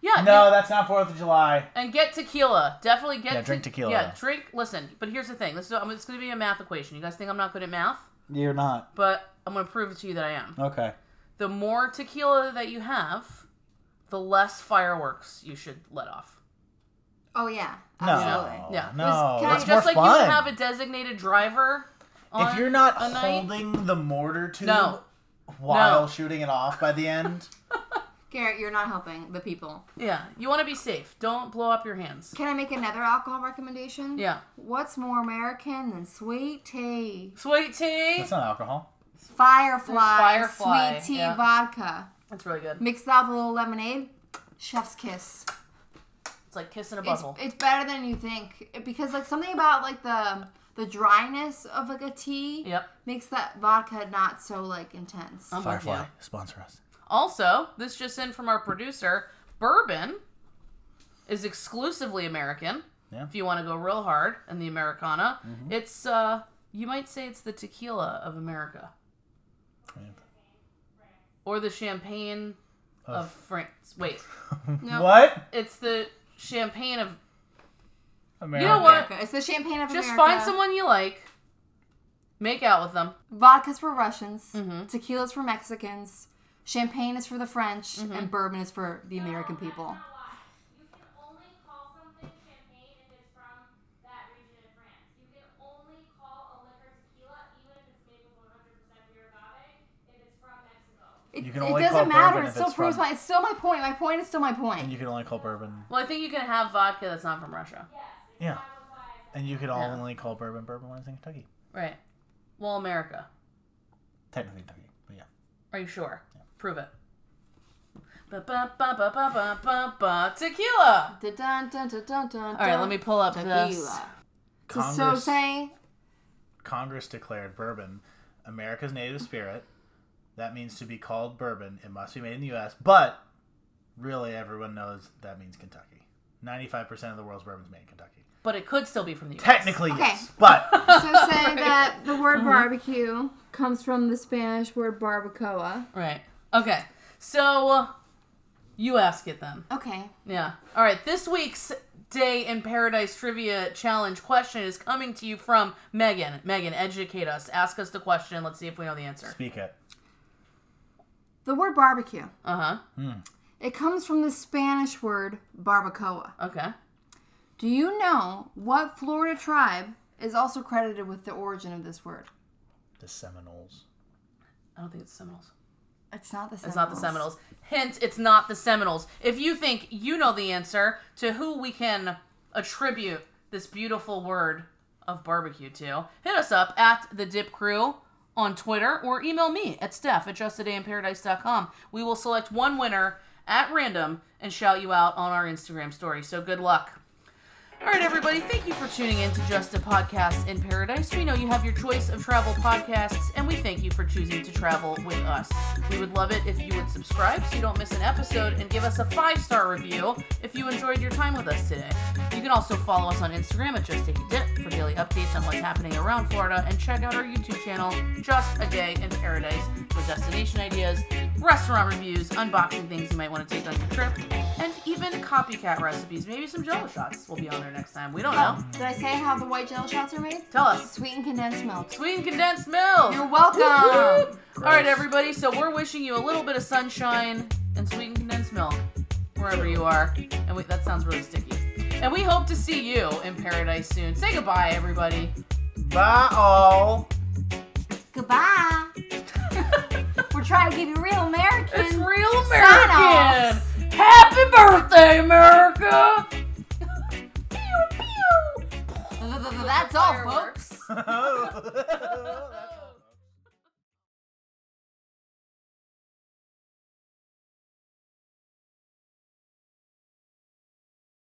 [SPEAKER 4] Yeah.
[SPEAKER 5] No,
[SPEAKER 4] yeah.
[SPEAKER 5] that's not 4th of July.
[SPEAKER 4] And get tequila. Definitely get.
[SPEAKER 5] Yeah, drink
[SPEAKER 4] te-
[SPEAKER 5] tequila.
[SPEAKER 4] Yeah, drink. Listen, but here's the thing. This is, I'm, it's gonna be a math equation. You guys think I'm not good at math,
[SPEAKER 5] You're not.
[SPEAKER 4] but I'm gonna prove it to you that I am.
[SPEAKER 5] Okay.
[SPEAKER 4] The more tequila that you have, the less fireworks you should let off.
[SPEAKER 6] Oh yeah,
[SPEAKER 5] No.
[SPEAKER 6] absolutely.
[SPEAKER 4] Yeah.
[SPEAKER 5] No.
[SPEAKER 6] Can I-
[SPEAKER 5] it's
[SPEAKER 6] It's
[SPEAKER 4] Just like
[SPEAKER 5] more fun.
[SPEAKER 4] you would have a designated driver. On
[SPEAKER 5] if you're not
[SPEAKER 4] a night-
[SPEAKER 5] holding the mortar tube
[SPEAKER 4] No.
[SPEAKER 5] while
[SPEAKER 4] No.
[SPEAKER 5] shooting it off by the end,
[SPEAKER 6] Garrett, you're not helping the people.
[SPEAKER 4] Yeah, you want to be safe. Don't blow up your hands.
[SPEAKER 6] Can I make another alcohol recommendation?
[SPEAKER 4] Yeah.
[SPEAKER 6] What's more American than sweet tea?
[SPEAKER 4] Sweet tea.
[SPEAKER 5] that's not alcohol.
[SPEAKER 6] Firefly,
[SPEAKER 4] Firefly,
[SPEAKER 6] sweet tea
[SPEAKER 4] yeah.
[SPEAKER 6] vodka.
[SPEAKER 4] That's really good.
[SPEAKER 6] Mix that with a little lemonade. Chef's kiss.
[SPEAKER 4] It's like kissing a
[SPEAKER 6] It's,
[SPEAKER 4] bubble.
[SPEAKER 6] it's better than you think It- because like something about like the the dryness of like a tea
[SPEAKER 4] Yep. Um,
[SPEAKER 6] makes that vodka not so like intense.
[SPEAKER 4] I'm with you.
[SPEAKER 5] Firefly, sponsor us.
[SPEAKER 4] Also, this just in from our producer, bourbon is exclusively American.
[SPEAKER 5] Yeah.
[SPEAKER 4] If you want to go real hard in the Americana, it's uh you might say it's the tequila of America or the champagne of, France. Wait,
[SPEAKER 6] No.
[SPEAKER 5] What?
[SPEAKER 4] it's the champagne of
[SPEAKER 5] America.
[SPEAKER 4] You know what?
[SPEAKER 6] America. It's the champagne of
[SPEAKER 4] Just
[SPEAKER 6] America.
[SPEAKER 4] find someone you like, make out with them.
[SPEAKER 6] Vodka's for Russians,
[SPEAKER 4] Mm-hmm.
[SPEAKER 6] tequila's for Mexicans, champagne is for the French,
[SPEAKER 4] Mm-hmm.
[SPEAKER 6] and bourbon is for the American people.
[SPEAKER 8] You can only call something champagne if it's from that region of France. You can only call a liquor tequila, even if it's made with 100% pure agave, if it's from Mexico.
[SPEAKER 6] It,
[SPEAKER 5] You can
[SPEAKER 6] it
[SPEAKER 5] only call
[SPEAKER 6] doesn't matter.
[SPEAKER 5] bourbon
[SPEAKER 6] It
[SPEAKER 5] if
[SPEAKER 6] still
[SPEAKER 5] it's
[SPEAKER 6] proves
[SPEAKER 5] from-
[SPEAKER 6] my. It's still my point. My point is still my
[SPEAKER 5] And
[SPEAKER 6] point.
[SPEAKER 5] you can only call bourbon.
[SPEAKER 4] Well, I think you can have vodka that's not from Russia.
[SPEAKER 5] Yeah. And you could only call bourbon bourbon when it's in Kentucky.
[SPEAKER 4] Right. Well, America.
[SPEAKER 5] Technically Kentucky, but yeah.
[SPEAKER 4] Are you sure? Prove it. Ba-ba-ba-ba-ba-ba-ba-ba. Tequila.
[SPEAKER 6] All
[SPEAKER 4] All right, let me pull up this.
[SPEAKER 6] Tequila. So saying,
[SPEAKER 5] Congress declared bourbon America's native spirit. That means to be called bourbon. It must be made in the U.S., but really everyone knows that means Kentucky. 95% of the world's bourbon is made in Kentucky.
[SPEAKER 4] But it could still be from the U.S.
[SPEAKER 5] Technically,
[SPEAKER 6] Okay.
[SPEAKER 5] yes, but
[SPEAKER 6] so saying that the word barbecue comes from the Spanish word barbacoa.
[SPEAKER 4] Right. Okay. So uh, you ask it then.
[SPEAKER 6] Okay.
[SPEAKER 4] Yeah. All right. This week's Day in Paradise Trivia Challenge question is coming to you from Megan. Megan, educate us. Ask us the question. Let's see if we know the answer.
[SPEAKER 5] speak it.
[SPEAKER 6] The word barbecue. Hmm.
[SPEAKER 4] Uh huh.
[SPEAKER 6] It comes from the Spanish word barbacoa.
[SPEAKER 4] Okay.
[SPEAKER 6] Do you know what Florida tribe is also credited with the origin of this word?
[SPEAKER 5] The Seminoles.
[SPEAKER 4] I don't think it's Seminoles.
[SPEAKER 6] It's not the
[SPEAKER 4] It's
[SPEAKER 6] Seminoles.
[SPEAKER 4] not the Seminoles. Hint, it's not the Seminoles. If you think you know the answer to who we can attribute this beautiful word of barbecue to, hit us up at the Dip Crew on Twitter or email me at Steph at justadayinparadise.com. We will select one winner at random and shout you out on our Instagram story. So good luck. All right, everybody, thank you for tuning in to Just a Podcast in Paradise. We know you have your choice of travel podcasts, and we thank you for choosing to travel with us. We would love it if you would subscribe so you don't miss an episode and give us a five star review if you enjoyed your time with us today. You can also follow us on Instagram at Just Take a Dip for daily updates on what's happening around Florida, and check out our YouTube channel, Just a Day in Paradise, for destination ideas, restaurant reviews, unboxing things you might want to take on your trip, and even copycat recipes. Maybe some jello shots will be on there next time. We don't know.
[SPEAKER 6] Did I say how the white jello shots are made?
[SPEAKER 4] Tell us.
[SPEAKER 6] Sweet and condensed milk.
[SPEAKER 4] Sweet and condensed milk.
[SPEAKER 6] You're welcome.
[SPEAKER 4] Woo-hoo. All right, everybody. So we're wishing you a little bit of sunshine and sweet and condensed milk wherever you are. And we, that sounds really sticky. And we hope to see you in paradise soon. Say goodbye, everybody.
[SPEAKER 5] Bye all.
[SPEAKER 6] Goodbye. We're trying to give you real American.
[SPEAKER 4] It's real American.
[SPEAKER 6] Sign-offs.
[SPEAKER 4] Happy birthday, America. pew, pew.
[SPEAKER 6] That's all, folks.
[SPEAKER 5] That's